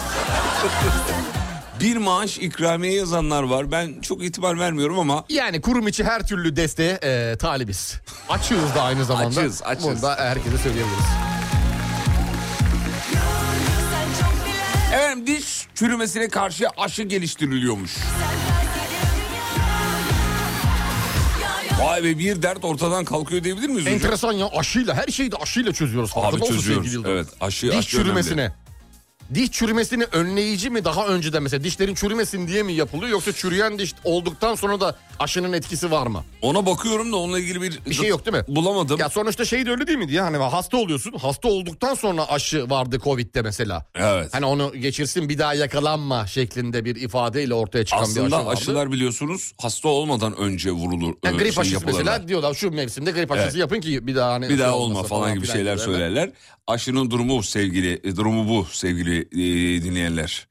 Bir maaş ikramiye yazanlar var. Ben çok itibar vermiyorum ama
Yani kurum içi her türlü desteğe e, talibiz. Açığız da aynı zamanda.
Açığız, açığız.
Bunu da herkese söyleyebiliriz.
efendim diş çürümesine karşı aşı geliştiriliyormuş. Vay be bir dert ortadan kalkıyor diyebilir miyiz? hocam?
Enteresan ya aşıyla her şeyi de aşıyla çözüyoruz.
Abi
Farkında olsun
çözüyoruz.
sevgili Yıldırım.
Evet aşı
Diş
aşı
çürümesine.
önemli.
Diş çürümesini önleyici mi daha önceden mesela dişlerin çürümesin diye mi yapılıyor yoksa çürüyen diş olduktan sonra da aşının etkisi var mı?
Ona bakıyorum da onunla ilgili bir...
Bir şey yok değil mi?
Bulamadım.
Ya sonuçta şey de öyle değil miydi ya hani hasta oluyorsun hasta olduktan sonra aşı vardı Covid'de mesela.
Evet.
Hani onu geçirsin bir daha yakalanma şeklinde bir ifadeyle ortaya çıkan bir aşı
Aslında
vardı.
aşılar biliyorsunuz hasta olmadan önce vurulur.
Yani
e,
grip
şey
aşısı
yapılırlar.
mesela diyorlar şu mevsimde grip aşısı
Evet.
yapın ki bir daha hani
Bir
şey
daha
olmasın
olma falan gibi
filan
şeyler
diyorlar.
söylerler. Aşının durumu bu sevgili e, durumu bu sevgili e, dinleyenler.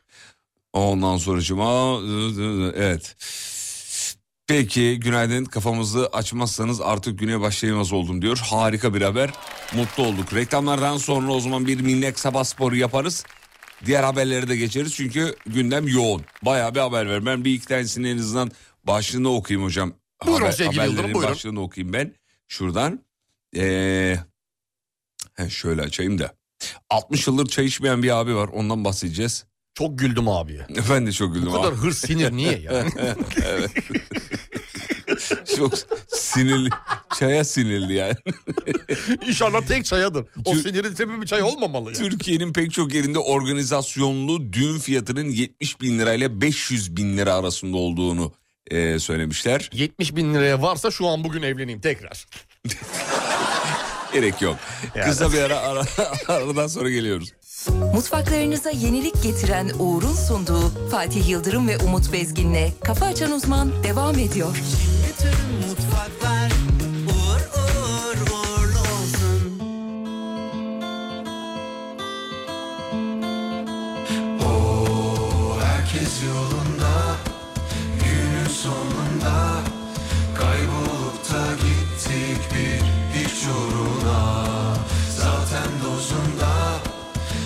Ondan sonracıma evet. Peki günaydın kafamızı açmazsanız artık güne başlayamaz oldum diyor. Harika bir haber. Mutlu olduk. Reklamlardan sonra o zaman bir minnek sabah sporu yaparız. Diğer haberlere de geçeriz çünkü gündem yoğun. Bayağı bir haber ver. Ben bir iki tanesini en azından başlığını okuyayım hocam.
Buyurun sevgili Yıldırım,
haberlerin
buyurun.
başlığını okuyayım ben. Şuradan. Ee, he, şöyle açayım da. 60 yıldır çay içmeyen bir abi var ondan bahsedeceğiz.
Çok güldüm abi.
Ben de çok güldüm.
Bu kadar
abi.
hırs sinir niye ya?
Çok sinirli. Çaya sinirli yani.
İnşallah tek çayadır. O
Tür-
sinirin sebebi çay olmamalı ya.
Türkiye'nin pek çok yerinde organizasyonlu düğün fiyatının 70 bin lirayla 500 bin lira arasında olduğunu e, söylemişler.
70 bin liraya varsa şu an bugün evleneyim tekrar.
Gerek yok. Kısa bir ara, ara aradan sonra geliyoruz.
Mutfaklarınıza yenilik getiren Uğur'un sunduğu Fatih Yıldırım ve Umut Bezgin'le Kafa Açan Uzman devam ediyor.
Bütün mutfaklar uğur uğur uğurlu olsun.
O herkes yolunda Günün sonunda Kaybolup da gittik bir hiç uğruna Zaten dozunda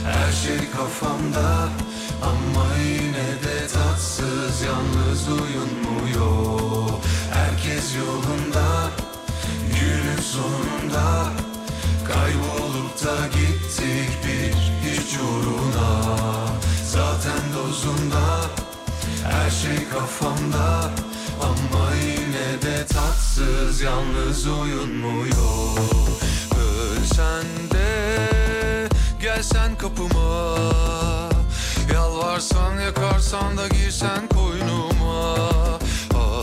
Her şey kafamda Ama yine de tatsız Yalnız uyunmuyor Herkes yolunda Günün sonunda Kaybolup da gittik bir hiç uğruna Zaten dozunda her şey kafamda Ama yine de tatsız yalnız uyunmuyor Ölsen de gelsen kapıma Yalvarsan yakarsan da girsen koynuma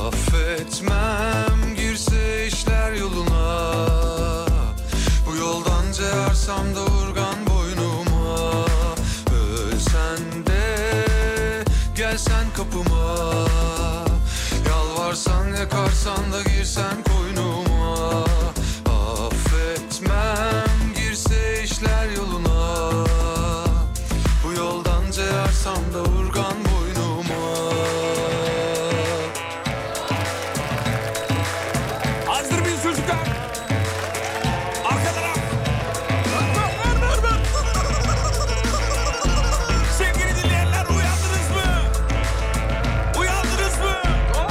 Affetmem girse işler yoluna Bu yoldan ceyarsam da urgan boynuma Ölsen de gelsen kapıma Yalvarsan yakarsan da girsen koynuma Affetmem girse işler yoluna Bu yoldan ceyarsam da urgan boynuma
Hazır mıyız çocuklar? Arkadan al. Ver, ver, ver, ver. Sevgili dinleyenler uyandınız mı? Uyandınız mı?
Sen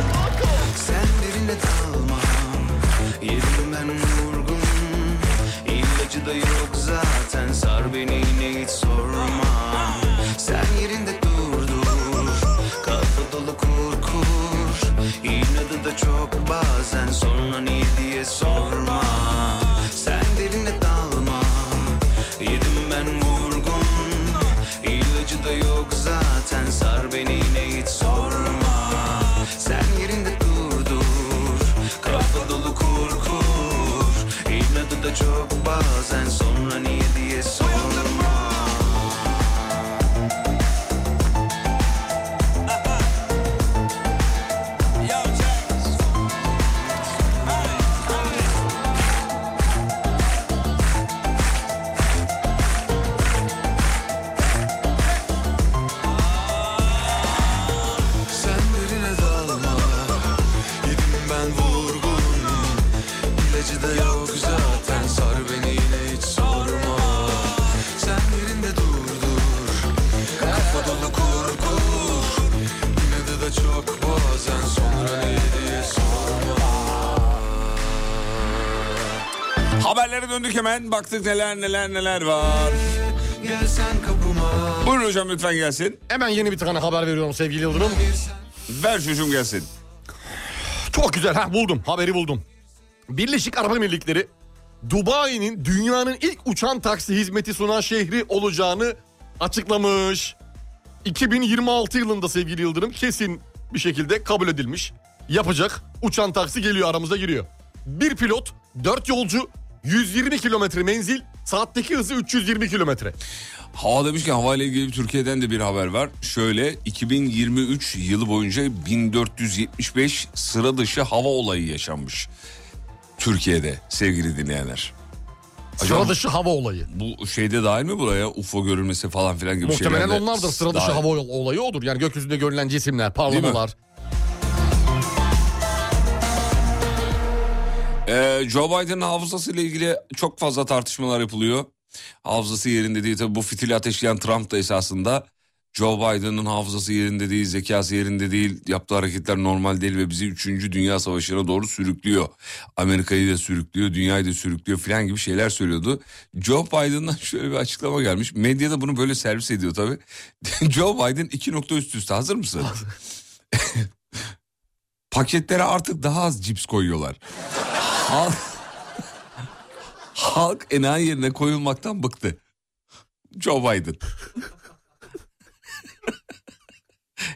derine dalma Yedim ben vurgun İlacı da yok zaten Sar beni yine hiç sorma Sen yerinde dur dur Kafa dolu kur kur İnadı da çok bazen Sonra niye diye sorma Sen derine dalma Yedim ben vurgun İlacı da yok zaten Sar beni yine hiç sorma Sen yerinde dur dur Kafa dolu kur kur İnadı da çok bazen Sonra niye diye sorma
Sen derine dalma Yedim ben vurgun İlacı da yok zaten Sar beni yine hiç sorma Sen yerinde dur dur Kafa dolu kur kur İnadı da çok bazen Sonra ne diye sorma
Haberlere döndük hemen. Baktık neler neler neler var.
Gelsen kapıma
Buyurun hocam lütfen gelsin.
Hemen yeni bir tane haber veriyorum sevgili Yıldırım.
Ver çocuğum gelsin.
Çok güzel ha buldum haberi buldum. Birleşik Arap Emirlikleri Dubai'nin dünyanın ilk uçan taksi hizmeti sunan şehri olacağını açıklamış. 2026 yılında sevgili Yıldırım kesin bir şekilde kabul edilmiş. Yapacak uçan taksi geliyor aramıza giriyor. Bir pilot, dört yolcu, 120 kilometre menzil, saatteki hızı 320 kilometre.
Hava demişken havayla ilgili Türkiye'den de bir haber var. Şöyle 2023 yılı boyunca 1475 sıra dışı hava olayı yaşanmış. Türkiye'de sevgili dinleyenler.
Sıra dışı hava olayı.
Bu şeyde dahil mi buraya UFO görülmesi falan filan gibi şeyler?
Muhtemelen onlardır sıra dışı hava ol- olayı odur. Yani gökyüzünde görülen cisimler, parlamalar.
Ee, Joe Biden'ın hafızasıyla ilgili çok fazla tartışmalar yapılıyor. Hafızası yerinde değil tabii bu fitili ateşleyen Trump da esasında Joe Biden'ın hafızası yerinde değil, zekası yerinde değil, yaptığı hareketler normal değil ve bizi 3. Dünya Savaşı'na doğru sürüklüyor. Amerika'yı da sürüklüyor, dünyayı da sürüklüyor falan gibi şeyler söylüyordu. Joe Biden'dan şöyle bir açıklama gelmiş. Medyada bunu böyle servis ediyor tabii. Joe Biden iki nokta üst üste hazır mısın? Paketlere artık daha az cips koyuyorlar. Halk, halk enayi yerine koyulmaktan bıktı. Joe Biden.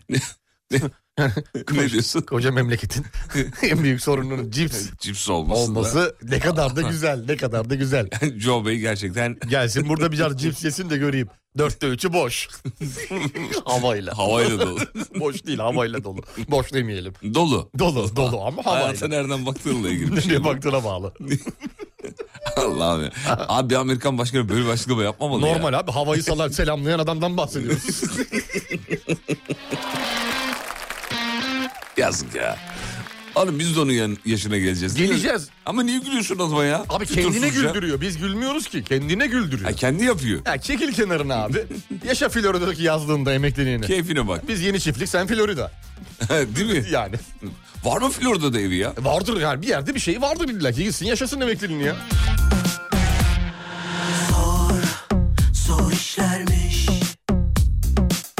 Ne- ne- ne diyorsun?
Koca memleketin en büyük sorununun cips
Cips olması. da.
olması ne kadar da güzel ne kadar da güzel.
Joe Bey gerçekten
Gelsin burada bir can cips yesin de göreyim. Dörtte üçü boş. havayla.
havayla dolu.
boş değil havayla dolu. Boş demeyelim.
dolu.
Dolu dolu ama
Hayata
havayla.
nereden baktığınla ilgili bir şey.
Nereye baktığına bağlı.
Allah abi. Abi bir Amerikan başkanı böyle başlıkla yapmamalı ya.
Normal abi havayı salar selamlayan adamdan bahsediyoruz.
Yazık ya. Oğlum biz de onun yan- yaşına geleceğiz. değil mi?
Geleceğiz.
Ama niye gülüyorsun o zaman ya?
Abi kendine
Fütursuzca.
güldürüyor. Biz gülmüyoruz ki. Kendine güldürüyor.
Ha, kendi yapıyor.
Ya çekil kenarına abi. Yaşa Florida'daki yazlığında emekliliğini.
Keyfine bak.
Biz yeni çiftlik sen Florida.
Değil mi?
Yani
Var mı Florida'da evi ya?
vardır yani bir yerde bir şey vardır illa ki. Gitsin yaşasın emekliliğini ya.
Zor işlermiş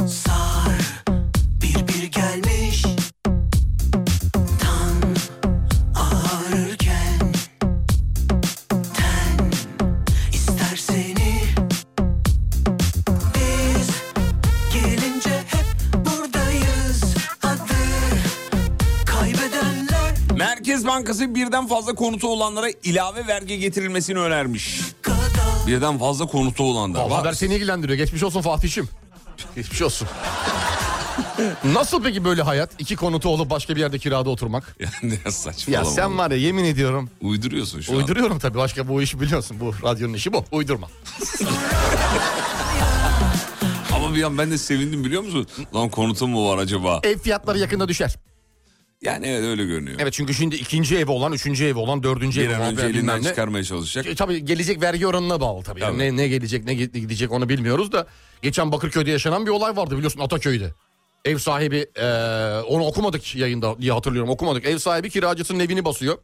Sar Bir bir gelmiş Tan Ağrırken Ten ister seni Biz Gelince hep buradayız Adı Kaybedenler
Merkez Bankası birden fazla konutu olanlara ilave vergi getirilmesini önermiş. Birden fazla konutu olanlar.
Vallahi
Bak,
haber seni ilgilendiriyor. Geçmiş olsun Fatih'im. Geçmiş olsun. Nasıl peki böyle hayat? İki konutu olup başka bir yerde kirada oturmak.
Ya ne saçmalama.
Ya sen var ya yemin ediyorum.
Uyduruyorsun şu an.
Uyduruyorum tabii. Başka bu işi biliyorsun. Bu radyonun işi bu. Uydurma.
Ama bir an ben de sevindim biliyor musun? Lan konutum mu var acaba?
Ev fiyatları yakında düşer.
Yani evet öyle görünüyor.
Evet çünkü şimdi ikinci evi olan, üçüncü evi olan, dördüncü
Bir
evi
an
olan.
önce
bilmem
elinden
ne.
çıkarmaya çalışacak.
E, Tabii gelecek vergi oranına bağlı tabii. Yani
Tabii.
ne, ne gelecek ne git- gidecek onu bilmiyoruz da. Geçen Bakırköy'de yaşanan bir olay vardı biliyorsun Ataköy'de. Ev sahibi e, onu okumadık yayında diye hatırlıyorum okumadık. Ev sahibi kiracısının evini basıyor.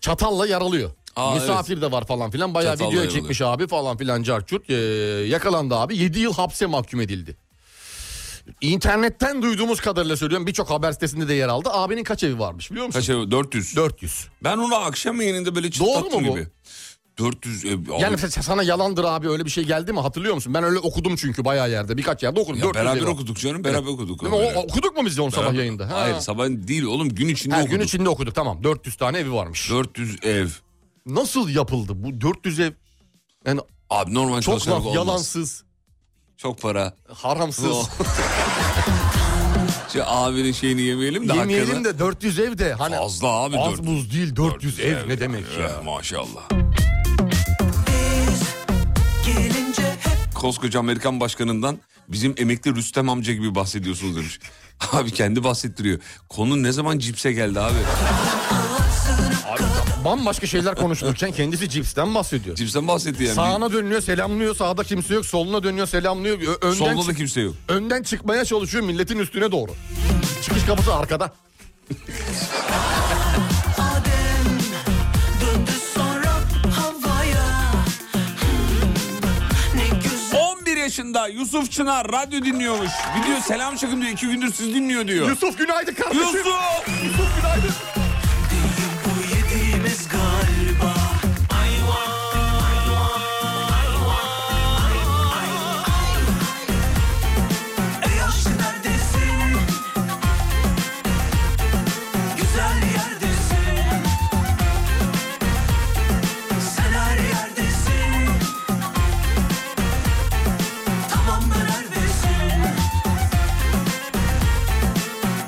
Çatalla yaralıyor.
Aa,
Misafir de var falan filan. Bayağı
Çatalla
video
yaralıyor.
çekmiş abi falan filan carçurt. E, yakalandı abi. 7 yıl hapse mahkum edildi. İnternetten duyduğumuz kadarıyla söylüyorum birçok haber sitesinde de yer aldı. Abinin kaç evi varmış biliyor musun?
Kaç ev? 400.
400.
Ben onu akşam yayınında böyle çıtlattım
mu bu?
gibi. 400 ev. abi.
Yani mesela sana yalandır abi öyle bir şey geldi mi hatırlıyor musun? Ben öyle okudum çünkü bayağı yerde birkaç yerde okudum.
Ya
400
beraber
lira.
okuduk canım beraber okuduk.
Değil mi? O-
Öyle.
okuduk mu biz de onu sabah yayında? Ha.
Hayır sabah değil oğlum gün içinde
Her
okuduk.
gün içinde okuduk tamam 400 tane evi varmış.
400 ev.
Nasıl yapıldı bu 400 ev? Yani
Abi normal
çok
çalışarak
laf,
olmaz.
yalansız,
Çok para.
haramsız.
Şu abinin şeyini yemeyelim de
Yemeyelim
hakkını.
de 400 ev de hani
Fazla abi.
az
dört-
buz değil 400 ev ne demek
Eh,
ya?
Maşallah.
Gelince hep
Koskoca Amerikan başkanından bizim emekli Rüstem amca gibi bahsediyorsunuz demiş. Abi kendi bahsettiriyor. Konu ne zaman cipse geldi abi?
Bambaşka şeyler konuşulurken kendisi cipsten bahsediyor.
Cipsten bahsetti yani.
Sağına dönüyor selamlıyor sağda kimse yok soluna dönüyor selamlıyor. Ö- Önden
Solda
çık-
da kimse yok.
önden çıkmaya çalışıyor milletin üstüne doğru. Çıkış kapısı arkada.
Adem Döndü sonra havaya Hmm, Ne güzel
11 yaşında Yusuf Çınar radyo dinliyormuş. Gidiyor selam çakın diyor. iki gündür siz dinliyor diyor.
Yusuf günaydın kardeşim.
Yusuf!
bu yediğimiz galiba Ayva Ey yaşlı neredesin? Güzel yerdesin Sen her yerdesin Tamamdır neredesin?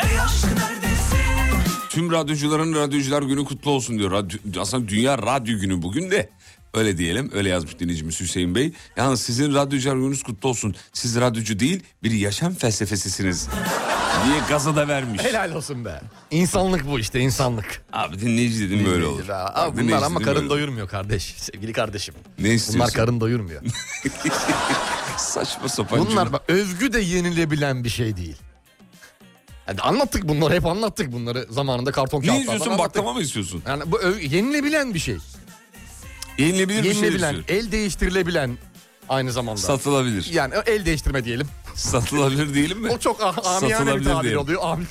Ey yaşlı neredesin?
Tüm radyocuların radyocular günü kutlu olsun diyor. Radyo- aslında dünya radyo günü bugün de. Öyle diyelim. Öyle yazmış dinleyicimiz Hüseyin Bey. Yalnız sizin radyocular gününüz kutlu olsun. Siz radyocu değil bir yaşam felsefesisiniz. diye gaza da vermiş.
Helal olsun be. İnsanlık bu işte insanlık.
Abi dinleyici dedim böyle
Abi
olur. Bak,
bunlar
dinleyici
ama
dedim
karın
böyle olur.
doyurmuyor kardeş. Sevgili kardeşim.
Ne
Bunlar
istiyorsun?
karın doyurmuyor.
Saçma sapan.
Bunlar bak övgü de yenilebilen bir şey değil. Yani anlattık bunları hep anlattık bunları zamanında karton
Ne
kağıtlardan
istiyorsun
anlattık.
baklava mı istiyorsun?
Yani bu övgü yenilebilen bir şey.
Yenilebilir bir şey
yenilebilen,
istiyorum.
el değiştirilebilen aynı zamanda.
Satılabilir.
yani el değiştirme diyelim.
Satılabilir değilim mi?
O çok ah- amiyane bir
Satılabilir
tabir
diyelim.
oluyor. Amin.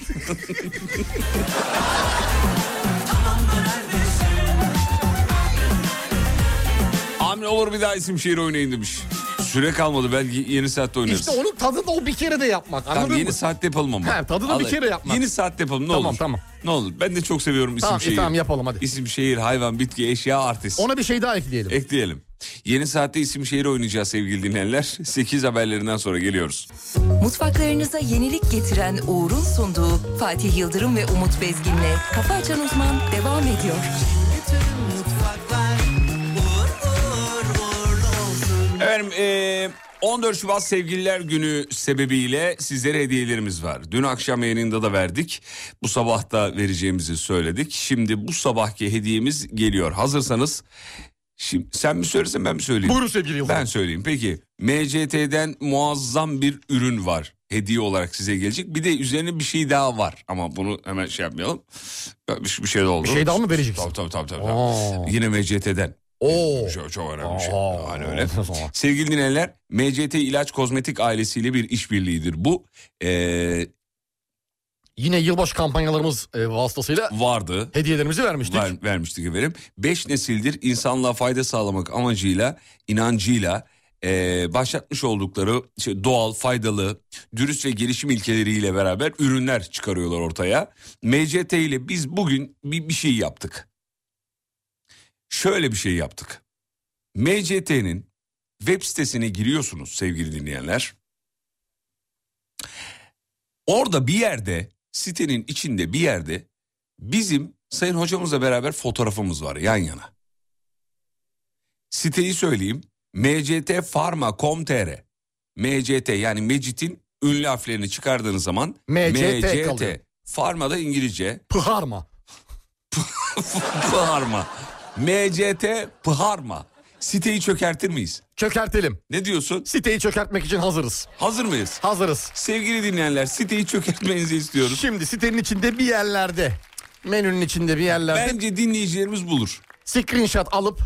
Amiyane Hocam ne olur bir daha isim şehir oynayın demiş. Süre kalmadı belki yeni saatte oynarız.
İşte onun tadını o bir kere de yapmak. Anladın
Tamam, yeni
mı?
saatte yapalım ama.
He, tadını bir
Vallahi.
kere yapmak.
Yeni saatte yapalım ne
Tamam,
olur.
tamam.
Ne olur ben de çok seviyorum isim
Tamam, e,
şehir.
tamam, yapalım hadi.
İsim E, şehir hayvan bitki eşya artist.
Ona bir şey daha ekleyelim.
Ekleyelim. Yeni saatte isim şehir oynayacağız sevgili dinleyenler. 8 haberlerinden sonra geliyoruz.
Mutfaklarınıza yenilik getiren Uğur'un sunduğu Fatih Yıldırım ve Umut Bezgin'le Kafa Açan Uzman devam ediyor.
Efendim eee, 14 Şubat Sevgililer Günü sebebiyle sizlere hediyelerimiz var. Dün akşam yayınında da verdik. Bu sabah da vereceğimizi söyledik. Şimdi bu sabahki hediyemiz geliyor. Hazırsanız şimdi sen mi söylesen ben mi söyleyeyim?
Buyurun sevgili Yıldırım.
Ben söyleyeyim. Peki MCT'den muazzam bir ürün var. Hediye olarak size gelecek. Bir de üzerine bir şey daha var. Ama bunu hemen şey yapmayalım. Bir, bir şey de oldu.
Bir şey daha mı vereceksin?
Tabii tabii tabii. tabii.
Aa.
Yine MCT'den.
Oo.
Çok, çok önemli bir şey.
Aa.
Hani öyle. Sevgili dinleyenler, MCT İlaç Kozmetik ailesiyle bir işbirliğidir bu. Ee,
Yine yılbaşı kampanyalarımız e, vasıtasıyla
vardı.
hediyelerimizi vermiştik.
Ver, vermiştik efendim. Beş nesildir insanlığa fayda sağlamak amacıyla, inancıyla ee, başlatmış oldukları şey, doğal, faydalı, dürüst ve gelişim ilkeleriyle beraber ürünler çıkarıyorlar ortaya. MCT ile biz bugün bir, bir şey yaptık. Şöyle bir şey yaptık. MCT'nin web sitesine giriyorsunuz sevgili dinleyenler. Orada bir yerde sitenin içinde bir yerde bizim sayın hocamızla beraber fotoğrafımız var yan yana. Siteyi söyleyeyim. mctpharma.com.tr MCT yani Mecit'in ünlü harflerini çıkardığınız zaman
MCT kalıyor.
Farma'da İngilizce,
Pıharma.
Pıharma. MCT Pıharma. Siteyi çökertir miyiz?
Çökertelim.
Ne diyorsun?
Siteyi çökertmek için hazırız.
Hazır mıyız?
Hazırız.
Sevgili dinleyenler siteyi çökertmenizi istiyoruz.
Şimdi sitenin içinde bir yerlerde, menünün içinde bir yerlerde
Bence dinleyicilerimiz bulur.
screenshot alıp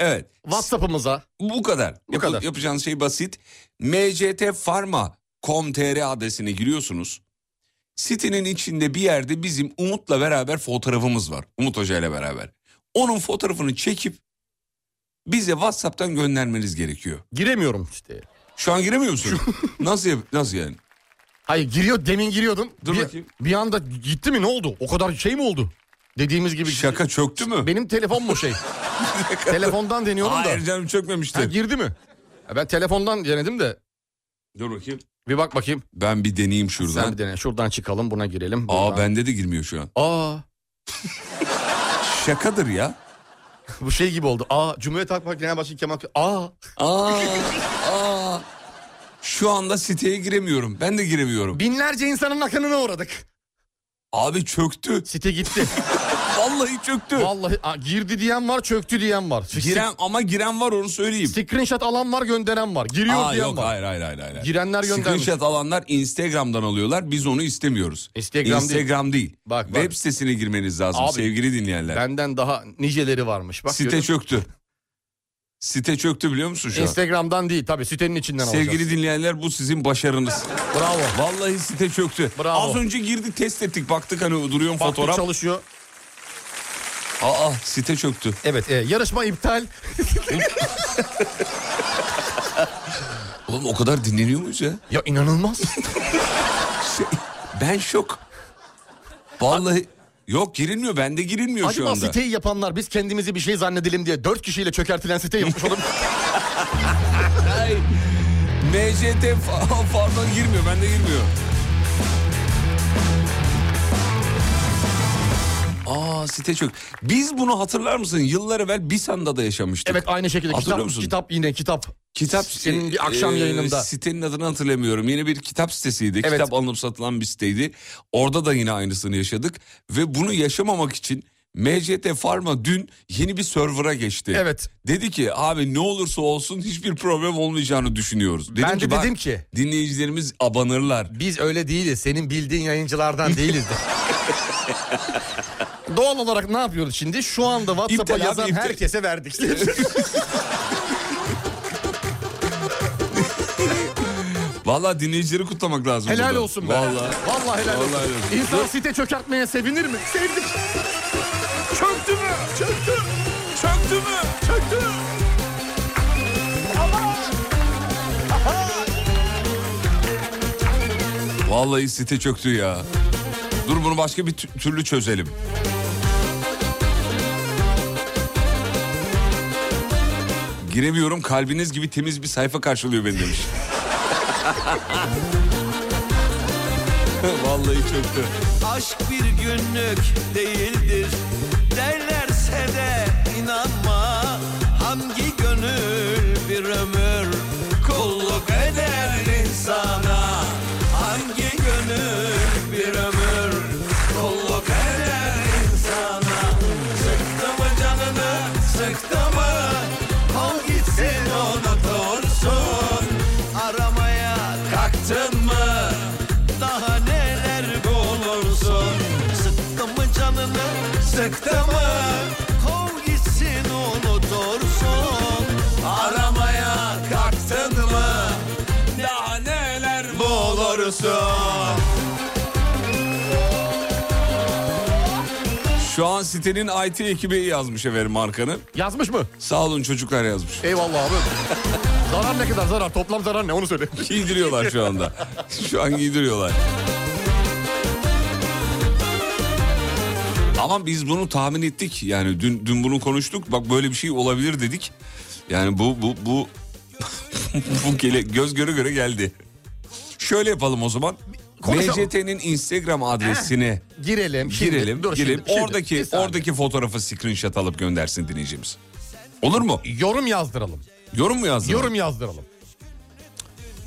Evet.
WhatsApp'ımıza
Bu kadar.
Bu kadar.
Yapacağınız şey basit. mctpharma.com.tr adresine giriyorsunuz. Sitenin içinde bir yerde bizim Umut'la beraber fotoğrafımız var. Umut Hoca ile beraber. Onun fotoğrafını çekip bize WhatsApp'tan göndermeniz gerekiyor.
giremiyorum siteye.
Şu an giremiyor musun? nasıl yap- nasıl yani?
Hayır giriyor demin giriyordum.
Dur
bir,
bakayım.
bir anda gitti mi ne oldu? O kadar şey mi oldu? Dediğimiz gibi.
Şaka çöktü mü?
Benim telefon mu şey? Telefondan deniyorum
Hayır
da.
canım
Ha,
çökmemişti.
girdi mi? Ha, Ben telefondan denedim de
Dur bakayım.
bir bak bakayım.
Ben bir deneyeyim
Sen
şuradan.
bir dene. Şuradan çıkalım buna girelim.
Aa
buradan-
bende de girmiyor şu an.
Aa
Şakadır ya.
bu şey gibi oldu. Aa Cumhuriyet Halk Partisi Genel Başkanı Kemal Kılıç- Aa
Aa, aa. Şu anda siteye giremiyorum. Ben de giremiyorum.
binlerce insanın akınına uğradık.
Abi çöktü.
Site gitti.
Vallahi çöktü.
Vallahi aa, girdi diyen var çöktü diyen var. Sik-
Giren ama giren var onu söyleyeyim.
Screenshot alan var gönderen var. Giriyor
Aa,
diyen
yok
var.
hayır hayır hayır. hayır.
Girenler göndermiş.
Screenshot alanlar Instagram'dan alıyorlar. Biz onu istemiyoruz.
Instagram değil.
Instagram değil.
Bak, bak.
Web sitesine girmeniz lazım
Abi,
sevgili dinleyenler.
Benden daha niceleri varmış. Bak
Site
görüyor musun?
çöktü. Site çöktü biliyor musun şu an?
Instagram'dan değil tabii sitenin içinden
Sevgili
alacağız.
dinleyenler bu sizin başarınız.
Bravo.
Vallahi site çöktü.
Bravo.
Az önce girdi test ettik baktık hani duruyor mu
Baktık
fotoğraf.
çalışıyor.
Aa site çöktü.
Evet e, yarışma iptal.
Oğlum o kadar dinleniyor muyuz ya?
Ya inanılmaz.
Şey, ben şok. Vallahi yok girilmiyor bende girilmiyor şu
Acaba
anda.
siteyi yapanlar biz kendimizi bir şey zannedelim diye dört kişiyle çökertilen site yapmış olabilir.
Ay, MCT fa- pardon girmiyor bende girmiyor. Aa site çök. Biz bunu hatırlar mısın? Yıllar evvel Bisan'da da yaşamıştık.
evet aynı şekilde
Hatırlıyor
kitap,
musun?
kitap yine kitap.
Kitap e,
Senin bir akşam yayınında.
Sitenin adını hatırlamıyorum. Yine bir kitap sitesiydi.
Evet.
Kitap alınıp satılan bir siteydi. Orada da yine aynısını yaşadık. Ve bunu yaşamamak için MCT Pharma dün yeni bir server'a geçti.
Evet.
Dedi ki abi ne olursa olsun hiçbir problem olmayacağını düşünüyoruz. Dedim
ben de
ki, "Bak,
dedim ki
Dinleyicilerimiz abanırlar.
biz öyle değiliz. Senin bildiğin yayıncılardan değiliz. Doğal olarak ne yapıyoruz şimdi? Şu anda WhatsApp'a
İptal abi,
yazan
iptal.
herkese verdik.
Valla dinleyicileri kutlamak lazım.
helal
burada.
olsun be. Vallahi
Vallahi.
helal
Vallahi helal
olsun.
olsun.
İnsan site çökertmeye sevinir mi? Sevinir.
Çöktü mü? Çöktü. Çöktü mü? Çöktü. Vallahi site çöktü ya. Dur bunu başka bir tü- türlü çözelim. Giremiyorum kalbiniz gibi temiz bir sayfa karşılıyor beni demiş. Vallahi çöktü.
Aşk bir günlük değildir derlerse de inanma Hangi gönül bir ömür kulluk eder insana Hangi gönül bir ömür kulluk eder insana Sıktı mı canını sıktı mı Kol gitsin unutursun Aramaya kalktın mı daha neler bulursun Sıktı mı canını sıktı mı Kov gitsin unutursun Aramaya kalktın mı Daha neler bulursun
Şu an sitenin IT ekibi yazmış efendim markanı.
Yazmış mı?
Sağ olun çocuklar yazmış.
Eyvallah abi. zarar ne kadar zarar? Toplam zarar ne onu söyle.
Giydiriyorlar şu anda. Şu an giydiriyorlar. Ama biz bunu tahmin ettik. Yani dün dün bunu konuştuk. Bak böyle bir şey olabilir dedik. Yani bu bu bu bu gele, göz göre göre geldi. Şöyle yapalım o zaman.
Konuşalım.
MCT'nin Instagram adresine
Girelim. şimdi.
girelim,
Dur şimdi,
girelim.
şimdi.
Oradaki
Bir saniye.
oradaki fotoğrafı screenshot alıp göndersin dinleyicimiz. Olur mu?
Yorum yazdıralım.
Yorum mu yazdın?
Yorum yazdıralım.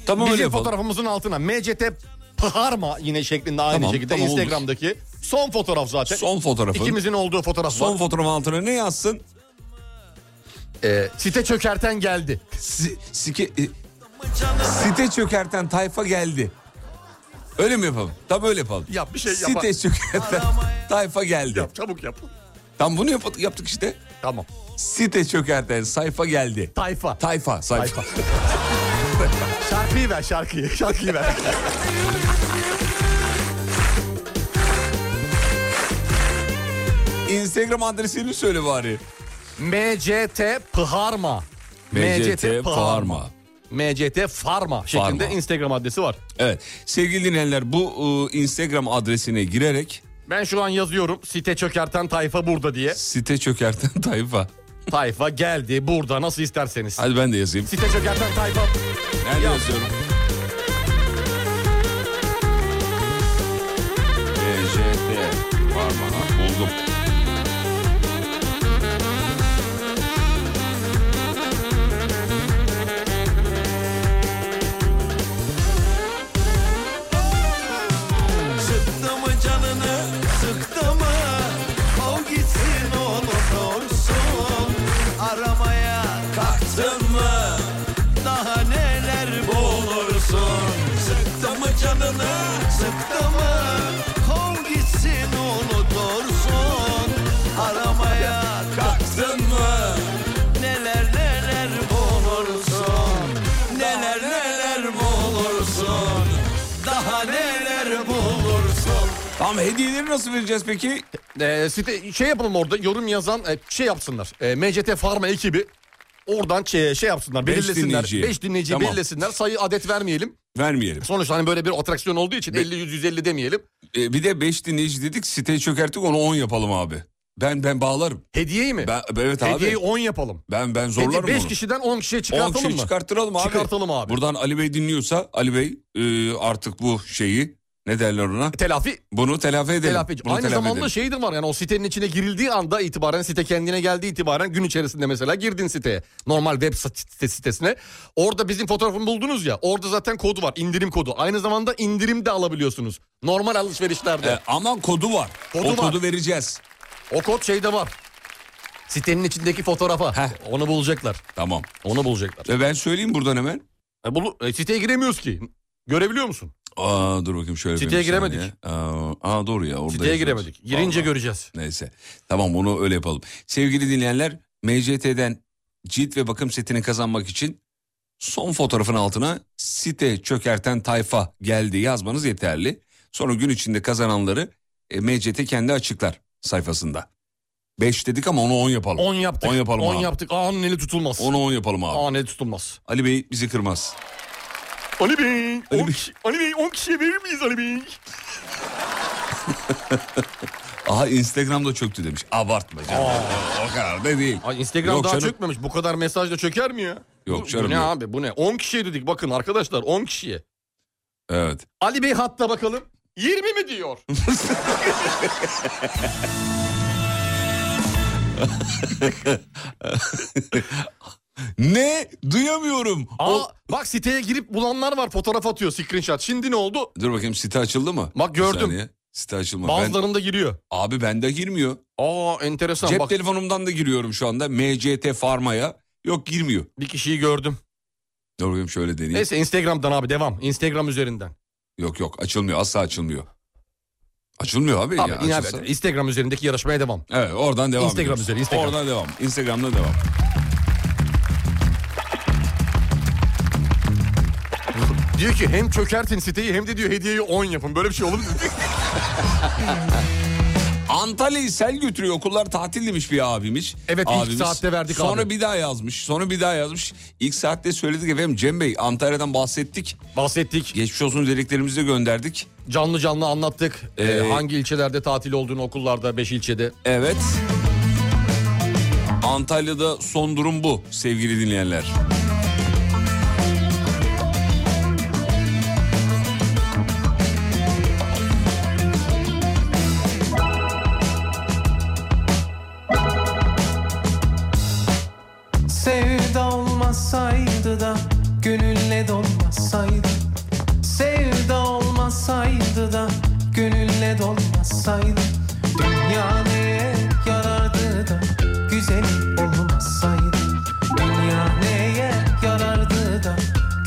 Tamam öyle
Bizim
yapalım.
fotoğrafımızın altına MCT Pıharma yine şeklinde aynı
Tamam,
şekilde
tamam, olur.
Instagram'daki son fotoğraf zaten.
Son fotoğrafı.
İkimizin olduğu fotoğraf
Son
son
fotoğrafın altına ne yazsın?
Ee, site çökerten geldi.
Si- sike, e, site çökerten tayfa geldi. Öyle mi yapalım? Tam öyle yapalım.
Yap, bir şey yap.
Site çökerten tayfa geldi.
Yap çabuk yap.
Tam bunu yap- yaptık işte.
Tamam.
Site çökerten sayfa geldi.
Tayfa.
Tayfa, sayfa.
Tayfa. Şarkıyı ver şarkıyı. Şarkıyı ver.
Instagram adresini söyle bari.
MCT Pıharma.
MCT Parma.
MCT Farma şeklinde
Farma.
Instagram adresi var.
Evet. Sevgili dinleyenler bu e, Instagram adresine girerek
Ben şu an yazıyorum site çökerten tayfa burada diye.
site çökerten tayfa.
Tayfa geldi burada nasıl isterseniz.
Hadi ben de yazayım.
Site çökerten tayfa.
Nerede yazıyorum? BJT parmağı buldum.
Sıktı mı canını sıktı mı Kov gitsin unutursun Aramaya kalktın mı Daha neler bulursun Sıktı mı canını sıktı mı Kov gitsin unutursun Aramaya kalktın mı Neler neler bulursun Neler neler bulursun daha neler bulursun
Tamam hediyeleri nasıl vereceğiz peki?
Ee, site şey yapalım orada yorum yazan e, şey yapsınlar. Ee, MCT Farma ekibi oradan şey, şey yapsınlar
Beş
belirlesinler. 5
dinleyiciyi.
dinleyici dinleyiciyi
Tamam.
belirlesinler. Sayı adet vermeyelim.
Vermeyelim.
Sonuçta hani böyle bir atraksiyon olduğu için 50 100 150 demeyelim.
Ee, bir de 5 dinleyici dedik siteyi çökerttik onu 10 yapalım abi. Ben ben bağlarım.
Hediyeyi mi?
Ben, evet abi.
Hediyeyi 10 yapalım.
Ben ben zorlarım
5
onu.
kişiden 10 kişiye
10
çıkartalım
kişi
mı?
çıkarttıralım abi.
Çıkartalım abi.
Buradan Ali Bey dinliyorsa Ali Bey e, artık bu şeyi ne derler ona?
E, Telafi
Bunu telafi edelim.
telafi.
Bunu
Aynı
telafi
zamanda
edelim.
şeydir var yani o sitenin içine girildiği anda itibaren site kendine geldiği itibaren gün içerisinde mesela girdin siteye. Normal web site- sitesine. Orada bizim fotoğrafımı buldunuz ya orada zaten kodu var indirim kodu. Aynı zamanda indirim de alabiliyorsunuz. Normal alışverişlerde.
E, ama kodu var.
şey- Kodu
o
var.
kodu vereceğiz.
O kod şeyde var. Sitenin içindeki fotoğrafa.
Heh.
Onu bulacaklar.
Tamam.
Onu bulacaklar.
E, ben söyleyeyim buradan hemen.
E, bulu- e, siteye giremiyoruz ki. Görebiliyor musun?
Aa dur bakayım şöyle. bir
Siteye
saniye.
giremedik.
Aa, aa, doğru ya orada.
Siteye
yazıyoruz.
giremedik. Girince
Vallahi.
göreceğiz.
Neyse. Tamam onu öyle yapalım. Sevgili dinleyenler MCT'den cilt ve bakım setini kazanmak için son fotoğrafın altına site çökerten tayfa geldi yazmanız yeterli. Sonra gün içinde kazananları e, MCT kendi açıklar sayfasında. 5 dedik ama onu 10 yapalım.
10 yaptık.
10 yapalım
10
abi.
yaptık. Aa, onun eli tutulmaz.
Onu 10 yapalım abi.
Aa, onun eli tutulmaz.
Ali Bey bizi kırmaz.
Ali Bey. on kişi- Ali Bey 10 kişiye verir miyiz Ali Bey?
Aha Instagram'da çöktü demiş. Abartma canım. O kadar da değil.
Ay Instagram
Yok
daha
canım.
çökmemiş. Bu kadar mesajla çöker mi ya?
Yok
bu,
canım,
Bu ne
yok.
abi bu ne? 10 kişiye dedik bakın arkadaşlar 10 kişiye.
Evet.
Ali Bey hatta bakalım. 20 mi diyor?
Ne? Duyamıyorum.
Aa, bak siteye girip bulanlar var fotoğraf atıyor screenshot. Şimdi ne oldu?
Dur bakayım site açıldı mı?
Bak
Bir
gördüm.
saniye. Site açılmadı. Ben,
Bazılarında giriyor.
abi bende girmiyor.
Aa enteresan
Cep
bak
telefonumdan da giriyorum şu anda. MCT Farma'ya. Yok girmiyor.
bir kişiyi gördüm.
Dur bakayım şöyle deneyeyim.
Neyse Instagram'dan abi devam. Instagram üzerinden.
Yok yok açılmıyor. Asla açılmıyor. Açılmıyor abi.
Abi
ya,
yine-
açılsa-
Instagram üzerindeki yarışmaya devam.
Evet oradan devam
Instagram
ediyoruz.
üzeri, Instagram.
Oradan devam. Instagram'da devam.
Diyor ki hem çökertin siteyi hem de diyor hediyeyi 10 yapın. Böyle bir şey olur mu?
Antalya'yı sel götürüyor okullar tatil demiş bir abimiş.
Evet, ilk saatte verdik
sonra
abi.
bir daha yazmış. Sonra bir daha yazmış. İlk saatte söyledik efendim Cem Bey Antalya'dan bahsettik.
Bahsettik.
Geçmiş olsun dileklerimizi de gönderdik.
Canlı canlı anlattık. Ee,
Ee,
hangi ilçelerde tatil olduğunu okullarda 5 ilçede.
Evet. Antalya'da son durum bu sevgili dinleyenler.
Sevda olmasaydı da gönülle dolmasaydı Sevda olmasaydı da gönülle dolmasaydı Dünya neye yarardı da güzeli olmasaydı Dünya neye yarardı da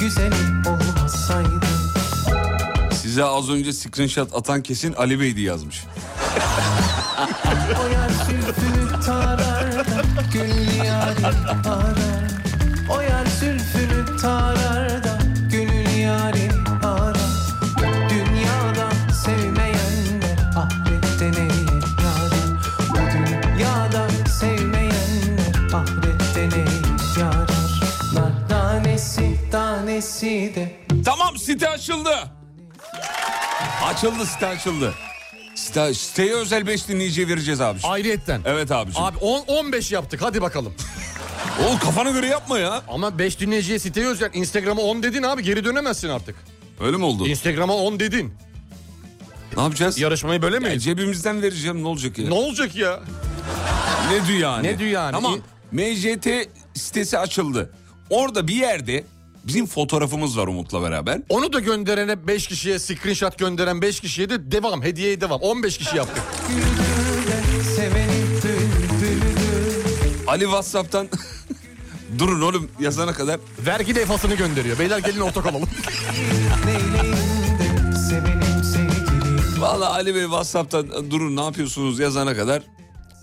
güzeli olmasaydı
Size az önce screenshot atan kesin Ali Bey'di yazmış.
O yer sülfünü tarar da gönül yarim arar O yer sülfünü tarar da gönül yarim arar Dünyada sevmeyenler ahirette neye yarar Bu dünyada sevmeyenler ahirette neye yarar Nar tanesi tanesi de
Tamam site açıldı. Açıldı site açıldı. Site, siteye özel 5 dinleyiciye vereceğiz abi.
Ayrıyetten.
Evet abiciğim.
Abi 10 15 yaptık hadi bakalım.
Oğlum kafana göre yapma ya.
Ama 5 dinleyiciye siteyi özel Instagram'a 10 dedin abi geri dönemezsin artık.
Öyle mi oldu?
Instagram'a 10 dedin.
Ne yapacağız?
Yarışmayı
E,
bölemeyiz.
cebimizden vereceğim ne olacak ya?
Ne olacak ya?
Ne diyor yani?
Ne diyor yani?
Tamam. MCT sitesi açıldı. Orada bir yerde bizim fotoğrafımız var Umut'la beraber.
Onu da gönderene 5 kişiye screenshot gönderen 5 kişiye de devam hediyeye devam. 15 kişi yaptık.
seveni bülbüldür
Ali WhatsApp'tan durun oğlum yazana kadar
Vergi defasını gönderiyor. Beyler gelin ortak olalım.
Neyleyim de sevenim sevgilim
Vallahi Ali Bey WhatsApp'tan durun ne yapıyorsunuz yazana kadar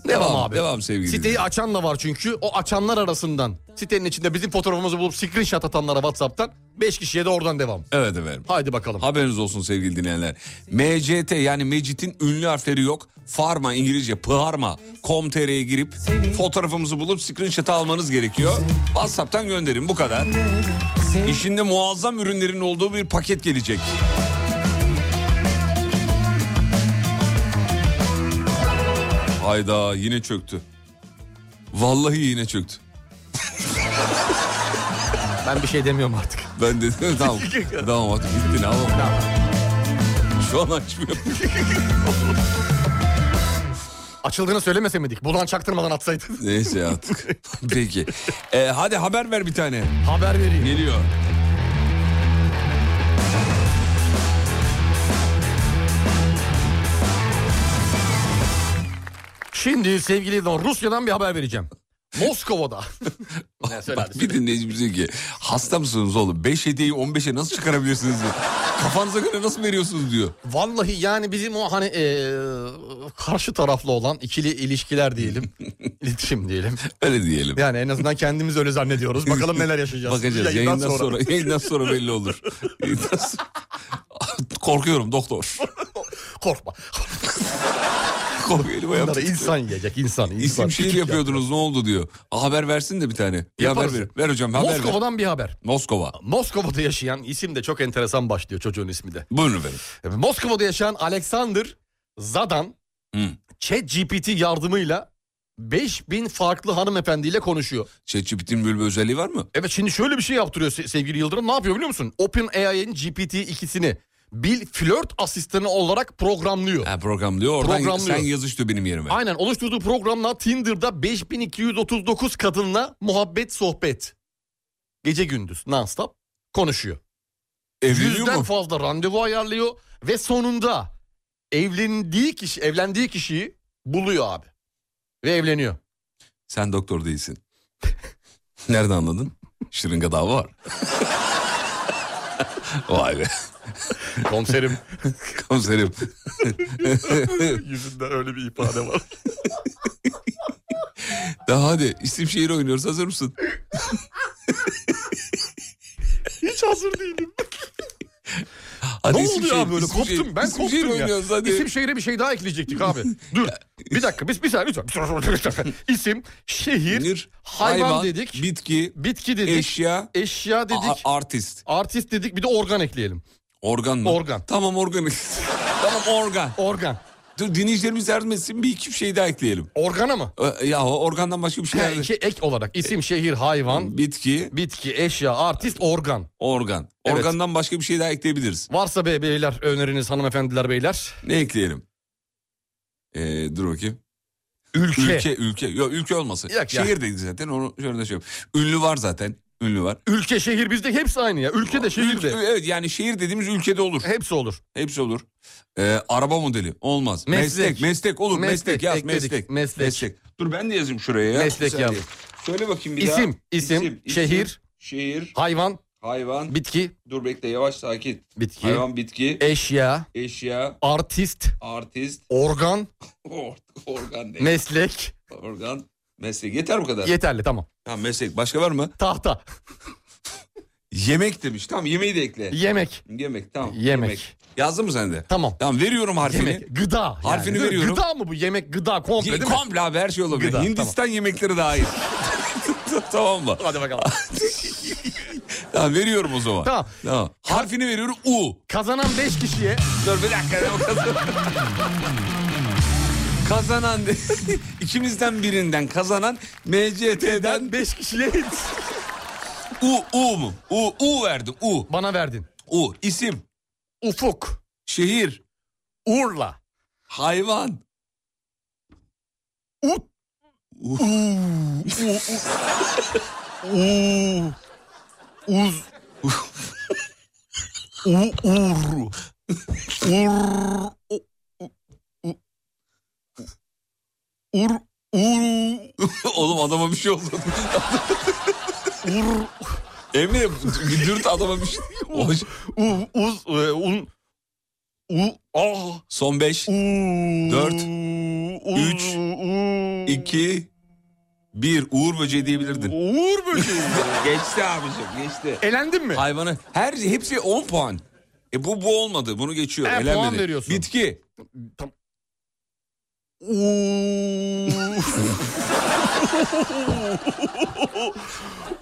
devam devam, sevgili.
Siteyi açan da var çünkü. O açanlar arasından sitenin içinde bizim fotoğrafımızı bulup screenshot atanlara WhatsApp'tan 5 kişiye de oradan devam.
Evet efendim.
Haydi bakalım.
Haberiniz olsun sevgili dinleyenler. MCT yani Mecit'in ünlü harfleri yok. Farma İngilizce Pharma com.tr'ye girip fotoğrafımızı bulup screenshot almanız gerekiyor. WhatsApp'tan gönderin bu kadar. İçinde muazzam ürünlerin olduğu bir paket gelecek. Hayda yine çöktü. Vallahi yine çöktü.
Ben bir şey demiyorum artık.
Ben dedim tamam. tamam hadi gitti ne yapalım. Şu an açmıyor.
Açıldığını söylemesemedik. Bulan çaktırmadan atsaydın.
Neyse artık. Peki. Ee, hadi haber ver bir tane.
Haber vereyim.
Geliyor.
Şimdi sevgili izleyen, Rusya'dan bir haber vereceğim. Moskova'da. Ne, söyle hadi,
Bak bir
söyle.
dinleyicimiz diyor ki hasta mısınız oğlum? 5 hediyeyi 15'e nasıl çıkarabilirsiniz diyor. Kafanıza göre nasıl veriyorsunuz diyor.
Vallahi yani bizim o hani eee, karşı taraflı olan ikili ilişkiler diyelim. iletişim diyelim.
Öyle diyelim.
Yani en azından kendimiz öyle zannediyoruz. Bakalım neler yaşayacağız.
Bakacağız yayından, sonra. Yayından sonra belli olur. Yayından sonra- Korkuyorum doktor.
Korkma.
Korku elime yaptı.
Bunları insan yiyecek insan. insan.
İsim şiir
Küçük
yapıyordunuz ne oldu diyor. Haber versin de bir tane. Bir haber
Yaparız.
ver. Ver hocam haber ver.
Moskova'dan bir haber.
Moskova.
Moskova'da yaşayan isim de çok enteresan başlıyor çocuğun ismi de.
Buyurun efendim.
Moskova'da yaşayan Alexander Zadan
Hı.
ChatGPT yardımıyla 5000 farklı hanımefendiyle konuşuyor.
ChatGPT'nin böyle bir özelliği var mı?
Evet şimdi şöyle bir şey yaptırıyor se- sevgili Yıldırım. Ne yapıyor biliyor musun? OpenAI'nin GPT 2'sini Bil flört asistanı olarak programlıyor.
Ha programlıyor. Oradan
Programlıyor.
sen yazış diyor benim yerime.
Aynen oluşturduğu programla Tinder'da 5239 kadınla muhabbet sohbet. Gece gündüz nonstop konuşuyor.
Evleniyor
Yüzden
mu?
fazla randevu ayarlıyor ve sonunda evlendiği kişi evlendiği kişiyi buluyor abi. Ve evleniyor.
Sen doktor değilsin. Nereden anladın? Şırınga daha var. Vay be
Komiserim
komiserim.
yüzünden öyle bir ifade var.
Daha hadi isim şehir oynuyoruz hazır mısın?
Hiç hazır değilim.
Hadi
ne
isim
oldu ya
şehir,
böyle
isim
koptum
şehir,
ben
isim şehir
koptum ya.
oynuyoruz hadi.
İsim şehire bir şey daha ekleyecektik abi. Dur bir dakika biz bir saniye lütfen. Bir dakika. İsim, şehir,
Şehir,
hayvan, dedik,
Bitki,
bitki dedik,
eşya,
eşya dedik,
a- artist.
artist dedik bir de organ ekleyelim.
Organ mı?
Organ.
Tamam organ. tamam organ.
Organ.
Dur dinleyicilerimiz yardım etsin bir iki şey daha ekleyelim.
Organa mı?
Ee, Ya o organdan başka bir şey
Ha,
nerede?
iki ek olarak isim, şehir, hayvan,
Bitki,
bitki, eşya, artist, organ.
organ.
Evet.
Organdan başka bir şey daha ekleyebiliriz.
Varsa be beyler öneriniz hanımefendiler beyler.
Ne ekleyelim? Ee, dur bakayım.
Ülke. Ülke,
Ülke, ülke. Yok ülke olmasın.
Yok ya.
Şehir dedik zaten onu şöyle şey yap- Ünlü var zaten. Ünlü var.
şehir bizde hepsi aynı ya. Ülke de şehir
Ülke-
de.
evet yani şehir dediğimiz ülkede olur.
Hepsi olur.
Hepsi olur. Ee, araba modeli olmaz.
Meslek.
Meslek. Meslek, olur. Meslek,
Meslek
yaz
ekledik.
meslek.
Meslek.
Dur ben de yazayım şuraya ya.
Meslek
Bir saniye.
yaz.
Söyle bakayım bir daha.
İsim, isim, şehir,
şehir,
hayvan,
hayvan.
bitki,
Dur bekle yavaş sakin.
bitki, e-
Hayvan, bitki,
eşya,
eşya,
artist,
artist,
organ,
or- organ ne?
meslek.
Organ, meslek. Yeter bu kadar.
Yeterli tamam.
Tamam meslek. Başka var mı?
Tahta,
Yemek demiş. Tamam yemeği de ekle.
yemek,
yemek tamam.
Yemek.
Yazdın mı sen de?
tamam.
Tamam veriyorum harfini.
Yemek, gıda. yani.
Harfini
Gı-
veriyorum.
Gıda mı bu? Yemek, gıda komple
Ye-
değil mi?
Komple abi her şey olabilir.
Gıda,
Hindistan yemekleri dahil. tamam mı?
Hadi bakalım.
Tamam veriyorum o zaman.
Tamam.
Harfini veriyorum U.
Kazanan 5 kişiye
Dur bir dakika. ya, o kadar. kazanan de- ikimizden birinden kazanan MCT'den
ben 5 kişiye
U U mu? U U verdim. U.
bana verdin.
U isim,
Ufuk,
şehir,
Urla,
hayvan.
Ut.
U.
Uuu. Uz. U, ur. Ur. u- u- Ur. Ur.
Oğlum adama bir şey oldu. Emre dürt adama bir şey. Hoş-
U, uz. e, Un. U. Ah.
Son 5,
U.
Dört,
u-
üç,
u-
2, 1. Uğur böceği diyebilirdin.
Uğur böceği.
Geçti abicim geçti.
Elendin mi?
Hayvanı her hepsi 10 puan. E bu bu olmadı. Bunu geçiyor.
E, puan
elenmedi.
veriyorsun.
Bitki.
U-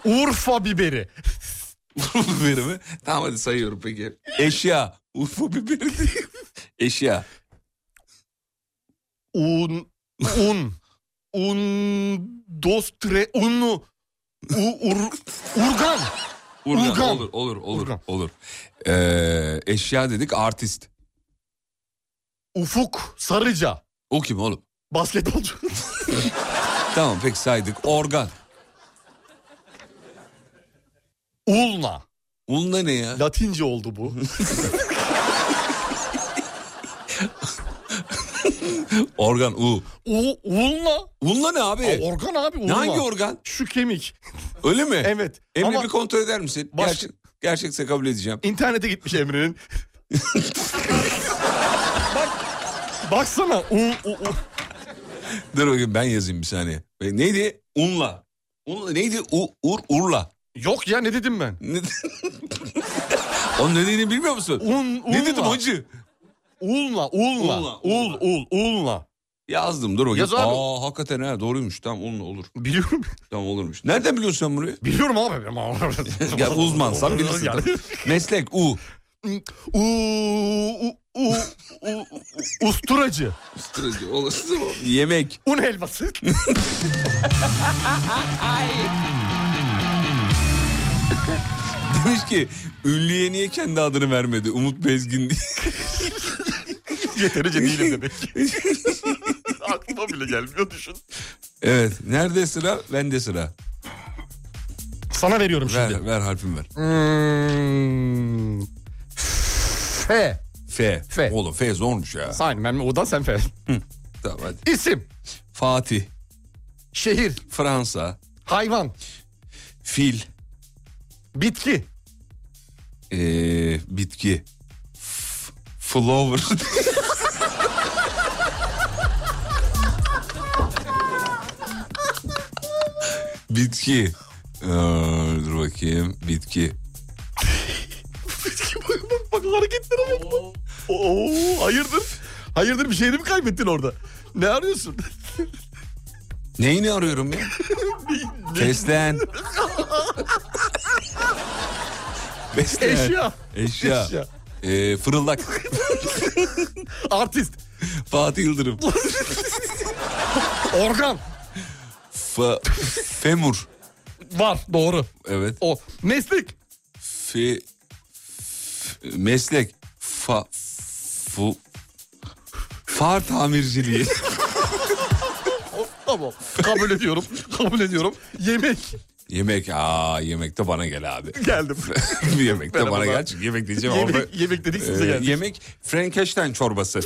Urfa biberi.
Ufuk biberi mi? Tamam hadi sayıyorum peki. Eşya. Urfa biberi değil. Eşya.
un un un dos tre unu u, ur, urgan
Urgan.
Urgan.
Olur olur olur.
Urgan.
olur. Ee, eşya dedik artist.
ufuk sarıca
O kim oğlum?
basketbolcu
Tamam pek saydık. Organ.
ulna
Bunda ne ya?
latince oldu bu
Organ U.
u, ulna
Bunla ne abi?
Aa, organ abi
Ne
ulna
hangi organ?
şu kemik
Öyle mi?
evet
Emre
ama
bir kontrol eder misin?
Baş-
Gerçek, gerçekse kabul edeceğim.
internete gitmiş Emre'nin bak baksana u, u, u.
Dur bakayım ben yazayım bir saniye. E, Neydi? Unla. Unla neydi? U, ur, urla.
yok ya ne dedim ben
Ne- Onun nedenini bilmiyor musun?
un
ne dedim
ulna
hacı?
ulna ulna
Ulna,
ul ul ulna
Yazdım dur bakayım.
Yaz abi.
Aa hakikaten ha doğruymuş tamam onunla olur.
Biliyorum.
Tamam olurmuş. Nereden biliyorsun sen bunu?
Biliyorum abi. Benim-
ya uzmansan bilirsin.
Yani.
tabii. Meslek U.
U- u- u- u- Usturacı.
Sıracı, olası mı? Yemek.
Un helvası.
Demiş ki ünlüye niye kendi adını vermedi? Umut Bezgin diye.
Yeterince değilim demek. Aklıma bile gelmiyor düşün.
Evet. Nerede sıra? Bende sıra.
Sana veriyorum şimdi.
Ver, ver harfimi ver.
Hmm. F.
F.
F.
Oğlum F zormuş ya.
Aynen ben O'dan sen F.
Tamam hadi.
İsim.
Fatih.
Şehir.
Fransa.
Hayvan.
Fil.
Bitki.
Ee, bitki. F- flower. bitki. Ee, dur bakayım. Bitki.
bak, bak, bak hareketlere bak. bak. Oo, hayırdır? Hayırdır bir şeyini mi kaybettin orada? Ne arıyorsun?
Neyini arıyorum ya? Fesleğen. Fesleğen.
Eşya.
Eşya.
Eşya.
Ee, fırıldak.
Artist.
Fatih Yıldırım.
Organ.
Fa- femur.
Var doğru.
Evet.
O. Meslek.
Fi- f- meslek. Fa, fu, far tamirciliği.
O, tamam. Kabul ediyorum. Kabul ediyorum. Yemek.
yemek. Aa yemek de bana gel abi.
Geldim.
yemek de bana
Merhaba.
gel. Çünkü yemek diyeceğim
yemek,
orada.
yemek dedik size
Ee,
geldik.
yemek Frankenstein çorbası.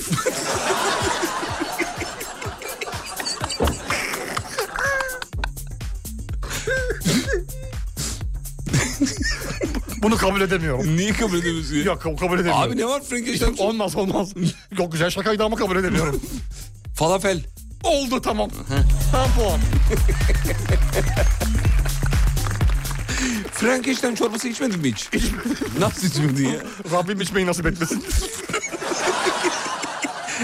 Bunu kabul edemiyorum.
Niye kabul ediyorsun? ya?
Yok kabul edemiyorum.
Abi ne var Frankenstein? çorbası?
Olmaz olmaz. Yok güzel şakaydı ama kabul edemiyorum.
Falafel.
Oldu tamam. Tam puan.
Frankenstein çorbası içmedin mi hiç? Nasıl içmedin ya?
Rabbim içmeyi nasip etmesin.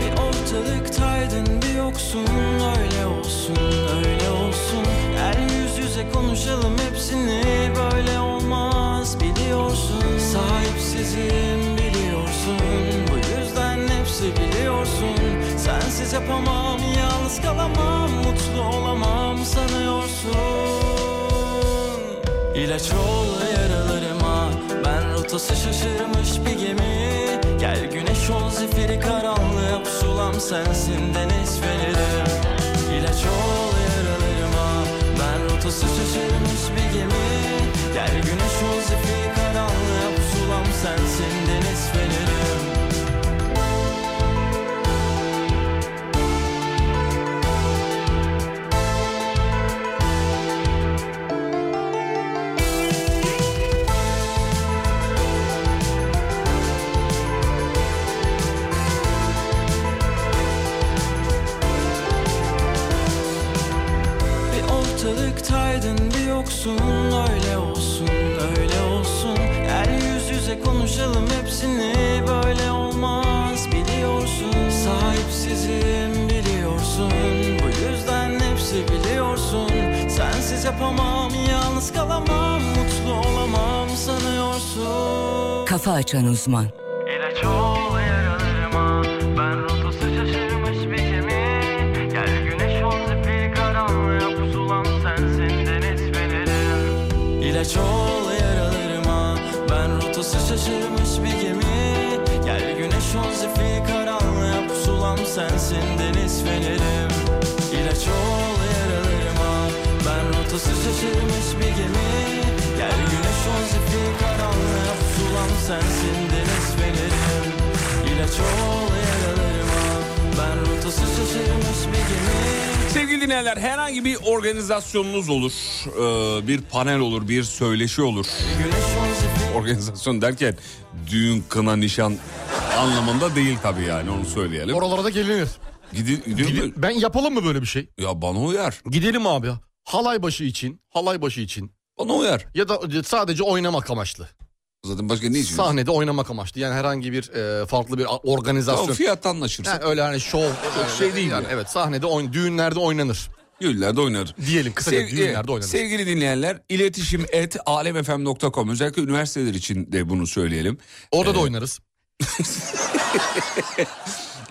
Bir ortalıktaydın bir yoksun Öyle olsun öyle olsun Her yüz yüze konuşalım hepsini Böyle olmaz biliyorsun Sahipsizim biliyorsun Bu yüzden hepsi biliyorsun Sensiz yapamam yalnız kalamam Mutlu olamam sanıyorsun İlaç ol yaralarıma Ben rotası şaşırmış bir gemi Gel güneş ol zifiri karanlığa Pusulam sensin deniz feneri İlaç ol yaralarıma Ben rotası şaşırmış bir gemi Gel güneş ol zifiri karanlığa Pusulam sensin deniz feneri Bir ortalıktaydın bir yoksun Öyle olsun öyle olsun Gel yüz yüze konuşalım hepsini Böyle olmaz biliyorsun Sahipsizim biliyorsun Bu yüzden hepsi biliyorsun Sensiz yapamam yalnız kalamam Mutlu olamam sanıyorsun
Kafa Açan Uzman
İlaç ol yaralarıma Ben rotası şaşırmış bir gemi Gel güneş ol zifiri karanlığa Pusulam sensin deniz feneri İlaç ol yaralarıma Ben rotası şaşırmış bir gemi Gel güneş ol zifiri karanlığa Pusulam sensin deniz fenerim İlaç ol yaralarıma Ben rotası şaşırmış bir gemi Gel güneş ol zifiri karanlığa Pusulam olan sensin deniz fenerim İlaç ol yaralarıma Ben rotası şaşırmış bir gemi
Sevgili dinleyenler herhangi bir organizasyonunuz olur, ee, bir panel olur, bir söyleşi olur. Organizasyon derken düğün, kına, nişan anlamında değil tabii yani onu söyleyelim.
Oralara da gelinir.
Gidi, gidiyor mu?
Ben yapalım mı böyle bir şey?
Ya bana uyar.
Gidelim abi. Halay başı için, halay başı için.
Bana uyar.
Ya da sadece oynamak amaçlı.
Zaten başka ne için?
Sahnede oynamak amaçlı. Yani herhangi bir e, farklı bir organizasyon.
Tamam, fiyat anlaşırsın.
Ha, öyle hani şov.
Çok şey değil
yani.
yani.
Evet sahnede oyn düğünlerde oynanır.
Düğünlerde oynar.
Diyelim kısaca
Sevgili-
düğünlerde oynanır.
Sevgili dinleyenler iletişim et alemfm.com özellikle üniversiteler için de bunu söyleyelim.
Orada da oynarız.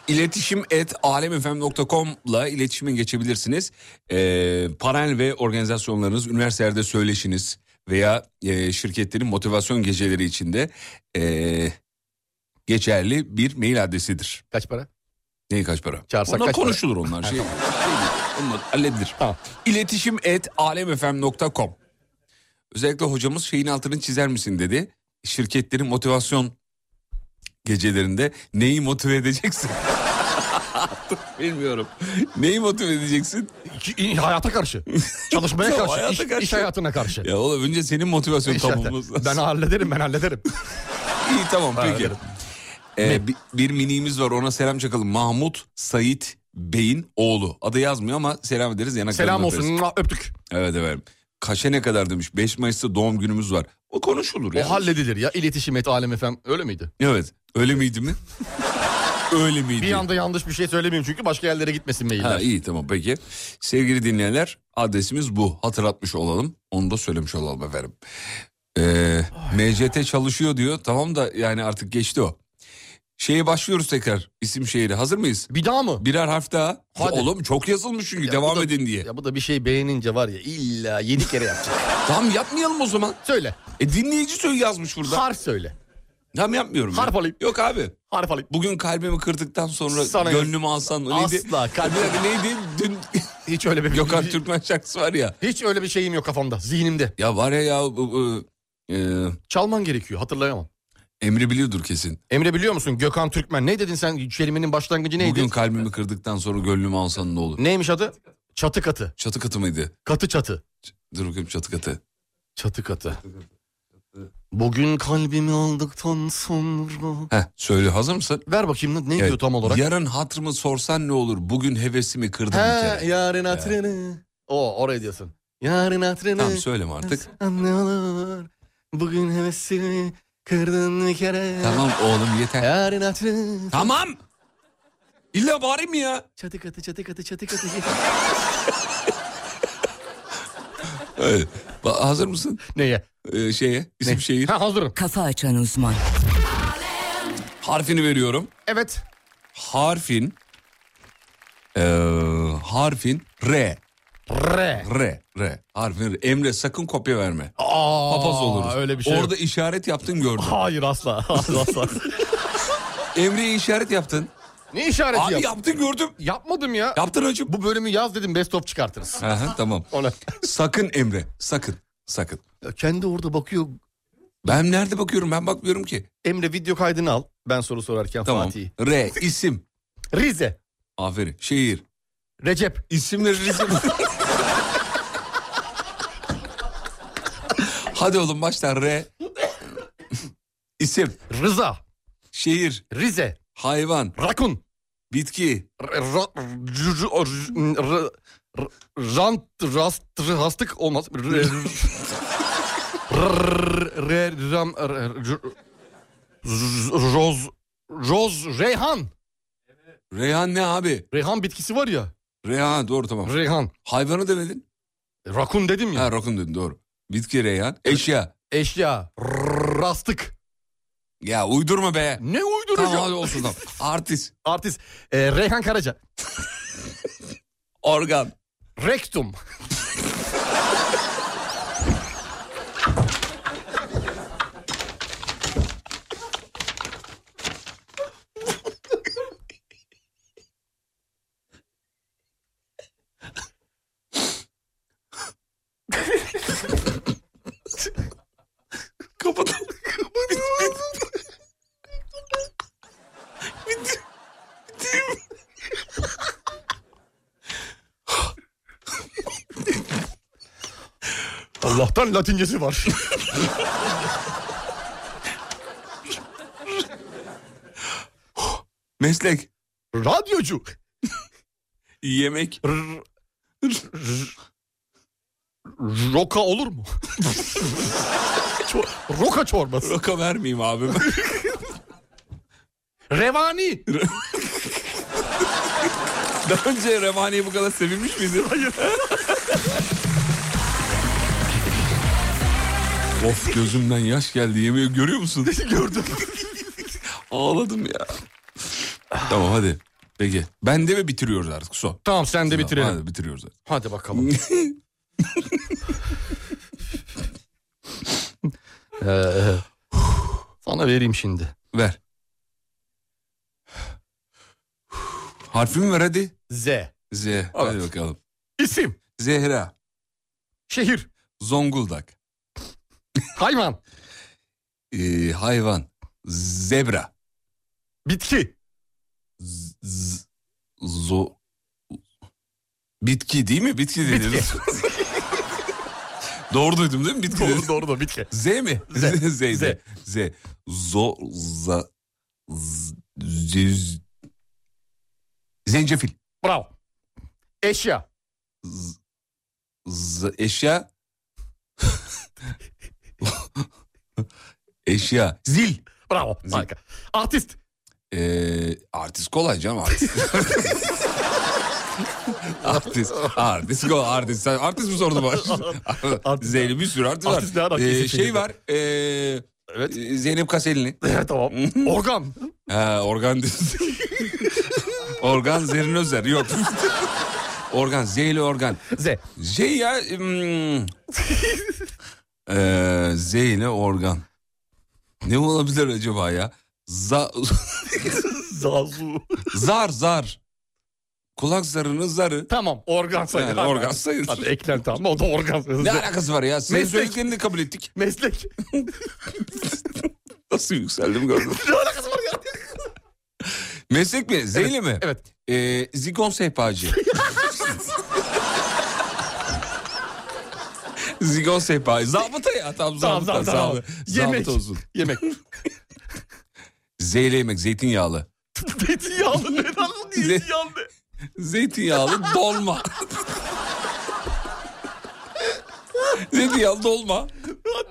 İletişim et alemfm.com'la iletişime geçebilirsiniz. Ee, panel ve organizasyonlarınız, üniversitelerde söyleşiniz veya e, şirketlerin motivasyon geceleri içinde e, geçerli bir mail adresidir.
Kaç para?
Neyi kaç para?
Çağırsak
onlar
kaç para?
konuşulur onlar. Şey, şey değil, onlar halledilir.
Tamam.
İletişim et alemfm.com Özellikle hocamız şeyin altını çizer misin dedi. Şirketlerin motivasyon gecelerinde neyi motive edeceksin? Bilmiyorum. Neyi motive edeceksin?
İ- hayata karşı. Çalışmaya
Yok,
karşı,
hayata
iş,
karşı.
iş hayatına karşı.
Ya oğlum önce senin motivasyon
İş hayatı-
tamamımız lazım.
ben hallederim ben hallederim.
İyi tamam peki.
ederim.
Ee, bi- bir miniğimiz var ona selam çakalım. Mahmut Sait Bey'in oğlu. Adı yazmıyor ama selam ederiz. yanaklarını
Selam
öperiz.
olsun mua, öptük.
Evet evet. Kaşe ne kadar demiş. 5 Mayıs'ta doğum günümüz var. O konuşulur
O
ya.
halledilir ya iletişim et alem efem öyle miydi?
Evet. Öyle miydi mi? Öyle miydi?
Bir anda yanlış bir şey söylemeyeyim çünkü başka yerlere gitmesin mailler.
Ha, iyi tamam peki. Sevgili dinleyenler adresimiz bu. Hatırlatmış olalım. Onu da söylemiş olalım efendim. Ee, MCT çalışıyor diyor. Tamam da yani artık geçti o. Şeye başlıyoruz tekrar. İsim şehri. Hazır mıyız?
Bir daha mı?
Birer harf daha.
Hadi.
Oğlum çok yazılmış çünkü
Ya
devam
bu da-
edin diye.
Ya bu da bir şey beğenince var ya illa yedi kere yapacak.
Tamam yapmayalım o zaman.
söyle.
E dinleyici söyle yazmış burada.
Harf söyle.
tamam yapmıyorum.
Harf
ya.
alayım.
Yok abi.
Harf alayım.
Bugün kalbimi kırdıktan sonra
Sana yaz-
gönlümü alsan neydi?
Asla kalbim-
Bir dakika, neydi? Dün
Hiç öyle bir
Gökhan Türkmen şarkısı var ya.
Hiç öyle bir şeyim yok kafamda, zihnimde.
Ya var ya ya bu- bu, e,
Çalman gerekiyor, hatırlayamam.
Emri biliyordur kesin.
Emre biliyor musun Gökhan Türkmen? Ne dedin sen? Kelimenin başlangıcı neydi?
Bugün kalbimi kırdıktan sonra gönlümü alsan ne olur?
Neymiş adı? Çatı katı.
Çatı katı mıydı?
Katı çatı.
Dur bakayım çatı katı.
Çatı katı. Bugün kalbimi aldıktan sonra...
Heh, söyle hazır mısın?
Ver bakayım lan, ne
Evet.
diyor tam olarak?
Yarın hatırımı sorsan ne olur? Bugün hevesimi kırdın bir
He
kere.
yarın hatrını. O oraya diyorsun. Yarın hatrını.
Tamam söyleme artık.
Ne olur. Bugün hevesimi kırdın bir kere.
Tamam oğlum yeter.
Yarın hatrını.
Tamam. İlla bari mi ya?
Çatı katı çatı katı çatı katı.
Evet. Ee, Ba- Hazır mısın?
Neye?
Ee, şeye, isim şehir.
Ha hazırım.
Kafa açan uzman.
Harfini veriyorum.
Evet.
harfin eee, harfin R.
R.
R. R. Harfin R. Emre sakın kopya verme.
Aa,
Papaz oluruz.
Öyle bir şey.
Orada işaret yaptın gördüm.
Hayır asla. Asla asla.
Emre'ye işaret yaptın.
ne işareti
Abi
yap-
yaptın gördüm.
Yapmadım ya.
Yaptın hacım.
Bu bölümü yaz dedim best of çıkartırız.
Aha, tamam.
Ona.
Sakın Emre. Sakın. Sakın.
Ya Kendi orada bakıyor.
Ben nerede bakıyorum? Ben bakmıyorum ki.
Emre video kaydını al. Ben soru sorarken
Tamam.
Fatih'i.
R. isim.
Rize.
Aferin. Şehir.
Recep.
İsimleri Rize. Hadi oğlum başla R. İsim.
Rıza.
Şehir.
Rize.
Hayvan.
Rakun.
Bitki.
R- ra- r- r- r- r- r- Rant. Rast. r- Hastık olmaz. R- r- r- r- ram- r- r- r- Roz. Roz. Reyhan.
Reyhan ne abi?
Reyhan bitkisi var ya.
Reyhan doğru tamam.
Reyhan.
Hayvanı demedin.
Rakun dedim ya.
Ha rakun dedin doğru. Bitki reyhan. Eşya.
Eşya. r- Rastık.
Ya uydurma be.
Ne
Tamam
uydurucu.
hadi olsun tamam. Artist.
Artist. Ee, Reyhan Karaca.
Organ.
Rektum.
Kapatalım. Bit- bit-
Allah'tan latincesi var.
Meslek.
Radyocu.
Yemek.
Roka olur mu? Ço- roka çorbası.
Roka vermeyeyim abim.
Revani.
Daha önce Revani'ye bu kadar sevinmiş miydin? Hayır. of gözümden yaş geldi yemeği görüyor musun? Gördüm. Ağladım ya. tamam hadi. Peki. Ben de mi bitiriyoruz artık so?
Tamam sen de bitirelim.
Hadi bitiriyoruz artık.
Hadi bakalım. Ee, sana vereyim şimdi.
Ver. Harfimi ver hadi.
Z.
Z. Hadi bakalım.
İsim.
Zehra.
Şehir.
Zonguldak.
Hayvan.
Ee, hayvan. Zebra.
Bitki.
Z- z- zo... Bitki değil mi? Bitki dediniz. doğru duydum değil mi? Bitki
Doğru
dedim.
doğru da bitki.
Z mi? Z. Z. Z. Z. Zo... Za... Z... Z- Zencefil.
Bravo. Eşya.
Z- z- eşya eşya
Zil. Bravo.
Zil.
Harika. Artist.
Ee, artist kolay canım artist artist artist kolay artist Sen artist mi sordun bana
Artist.
Zeynep bir sürü artist,
Artist ne
var
ara
Ee,
kesin
şey
çekildi.
var ee, Zeynep Kaselini
tamam. Organ.
ha, organ organ Zerrin Özer yok organ Zeyli organ
Z.
Şey ya... hmm, eee, Z ile organ. Ne olabilir acaba ya? Za,
Zazu.
zar zar. Kulak zarının zarı.
Tamam organ sayılır.
Yani
Hadi.
organ sayılır.
Hadi eklenti ama o da organ sayılır.
Ne alakası var ya? Senin
Meslek.
söylediklerini de kabul ettik.
Meslek.
Nasıl yükseldim gördün mü?
ne alakası var ya?
Meslek mi? Z ile mi?
Evet.
Eee, zigon sehpacı. zigon sehpacı. Zabıta ya. Tam
Tamam,
zabıta.
tamam, tamam.
zabıta.
Yemek.
Zabıta olsun.
Yemek.
Z ile yemek. Zeytinyağlı.
Zeytinyağlı ne lan? Zeytinyağlı.
Zeytinyağlı dolma. Zeytinyağlı dolma.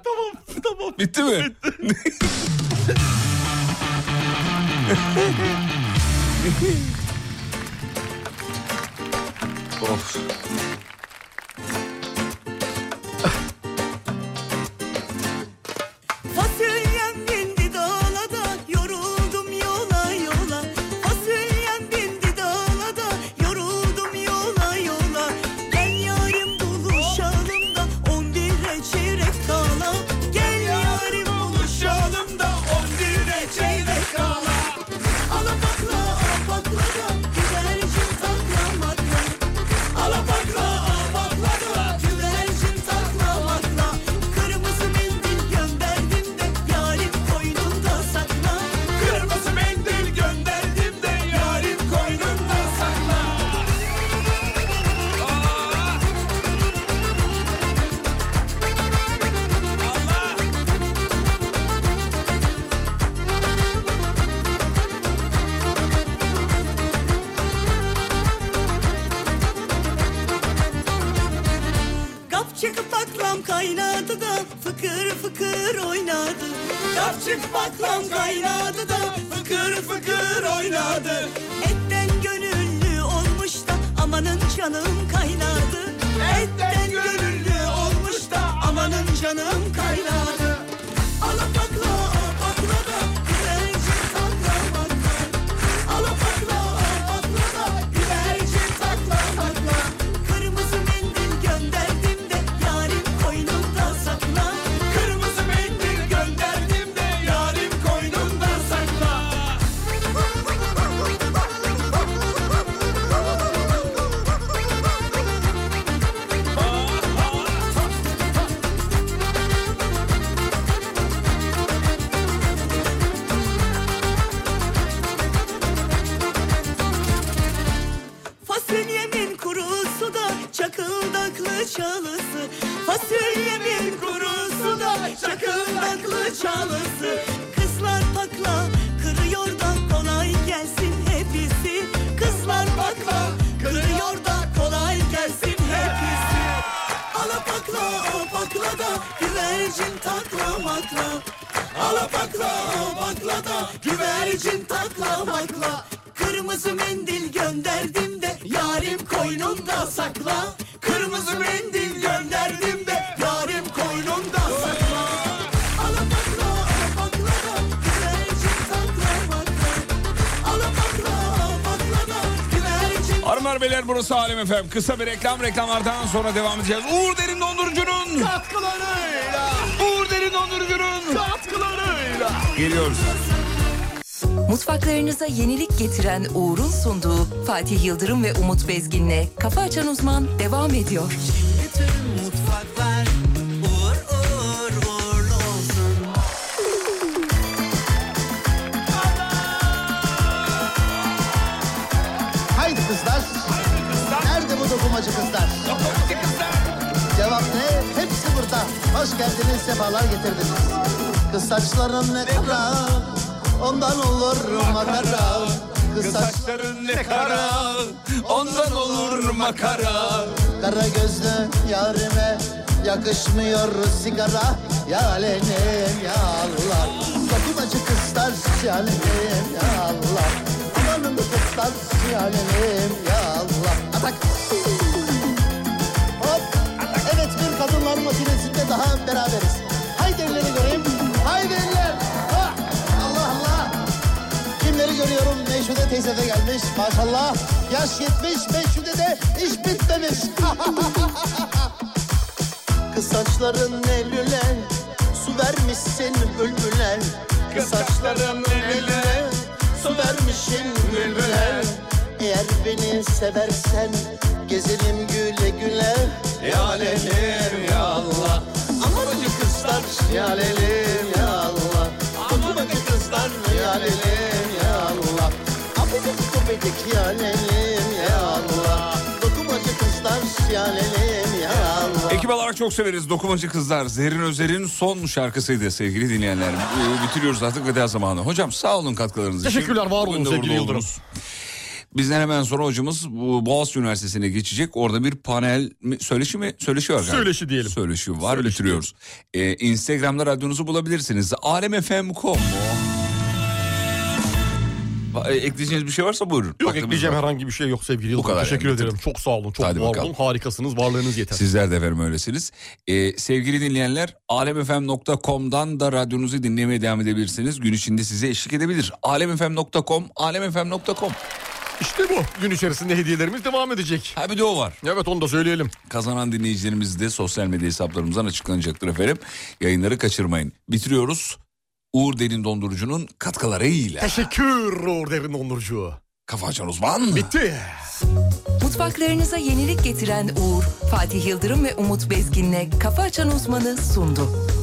tamam tamam.
Bitti mi? of.
Fasulyem bindi dağla da yoruldum yola yola Fasulyem bindi dağla da yoruldum yola yola Gel yarim buluşalım da on bire çeyrek kala Gel yarim buluşalım da on bire çeyrek kala Alapakla apakla da güvercin taklamakla Alapakla apakla da güvercin taklamakla Kırmızı mendil gönderdim de yarim koynunda sakla Kırmızı mendil gönderdim de yarim koynunda sakla Kapçı kapaklam kaynadı da fıkır fıkır oynadı. Kapçı kapaklam kaynadı da fıkır fıkır oynadı. Etten gönüllü olmuş da amanın canım kaynadı. Etten gönüllü olmuş da amanın canım kaynadı. Alapakla apakla da güvercin taklamakla. Alapakla apakla da güvercin taklamakla. Kırmızı mendil gönderdim de yarim koynunda sakla. Kırmızı mendil gönderdim de yarim koynunda sakla. çalısı Fasulyemin kurusu da çakıldaklı çalısı Kızlar pakla kırıyor da kolay gelsin hepsi Kızlar pakla kırıyor da kolay gelsin hepsi Alapakla o pakla da güvercin takla makla Alapakla o pakla da güvercin takla makla Kırmızı mendil gönderdim de yarim koynunda sakla Kırmızı mendil gönderdim de yarim koynunda sakla Alapakla o pakla da güvercin takla makla Alapakla o pakla da güvercin
Hanımlar beyler burası Alem Efem. Kısa bir reklam reklamlardan sonra devam edeceğiz. Uğur Derin Dondurucu'nun
Katkılarıyla
Uğur Derin Dondurucu'nun
Katkılarıyla
geliyoruz.
Mutfaklarınıza yenilik getiren Uğur'un sunduğu Fatih Yıldırım ve Umut Bezgin'le Kafa Açan Uzman devam ediyor.
Bütün mutfaklar uğur uğur uğurlu olsun.
Haydi kızlar. Nerede bu dokumacı kızlar? Cevap ne? Hepsi burada. Hoş geldiniz, sefalar getirdiniz. Kız saçların ne kara, ondan olur makara. Kız saçların ne kara, ondan olur makara. Kara gözlü yarime yakışmıyor sigara. Ya alenim ya Allah. Dokumacı kızlar, ya alenim ya Allah. Amanın bu kızlar, ya alenim ya Allah. Atak. Hop. Evet bir kadınlar makinesinde daha beraberiz. Haydi elleri göreyim. Haydi eller. Ha. Allah Allah. Kimleri görüyorum? Meşhude teyze de gelmiş. Maşallah. Yaş yetmiş. Meşhude de iş bitmemiş. Kız saçların elüle su vermişsin bülbüle. Kız saçların elüle su vermişsin bülbüle. Eğer beni seversen gezelim güle güle. Ya alelim ya Allah. Amacı kızlar ya alelim ya Allah. Amacı kızlar ya alelim ya Allah. Amacı kubedik ya alelim ya Allah. Dokumacı kızlar ya alelim ya Allah.
Ekip olarak çok severiz Dokumacı Kızlar. Zerrin Özer'in son şarkısıydı sevgili dinleyenler. Ee, bitiriyoruz artık veda zamanı. Hocam sağ olun katkılarınız için.
Teşekkürler, var olun
Bugün de
sevgili
burada
Yıldırım.
oldunuz. Bizden hemen sonra hocamız bu Boğaziçi Üniversitesi'ne geçecek. Orada bir panel mi, söyleşi mi? Söyleşi var galiba.
Söyleşi diyelim.
Söyleşi var bitiriyoruz. Ee, Instagram'da radyonuzu bulabilirsiniz. Alemfm.com Ba- e, Ekleyeceğiniz bir şey varsa buyurun.
Yok
Vaktimiz
ekleyeceğim
var.
herhangi bir şey yok sevgili Yıldırım.
kadar
Teşekkür
yani.
ederim. Çok sağ olun. Çok
Hadi
var
bakalım.
olun. Harikasınız. Varlığınız yeter.
Sizler de efendim öylesiniz. Ee, sevgili dinleyenler alemfm.com'dan da radyonuzu dinlemeye devam edebilirsiniz. Gün içinde size eşlik edebilir. alemfm.com, alemfm.com.
İşte bu. Gün içerisinde hediyelerimiz devam edecek.
Ha bir de o var.
Evet onu da söyleyelim.
Kazanan dinleyicilerimiz de sosyal medya hesaplarımızdan açıklanacaktır efendim. Yayınları kaçırmayın. Bitiriyoruz. Uğur Derin Dondurucu'nun katkılarıyla.
Teşekkür Uğur Derin Onurcu.
Kafa açan uzman.
Bitti.
Mutfaklarınıza yenilik getiren Uğur, Fatih Yıldırım ve Umut Bezgin'le Kafa Açan Uzman'ı sundu.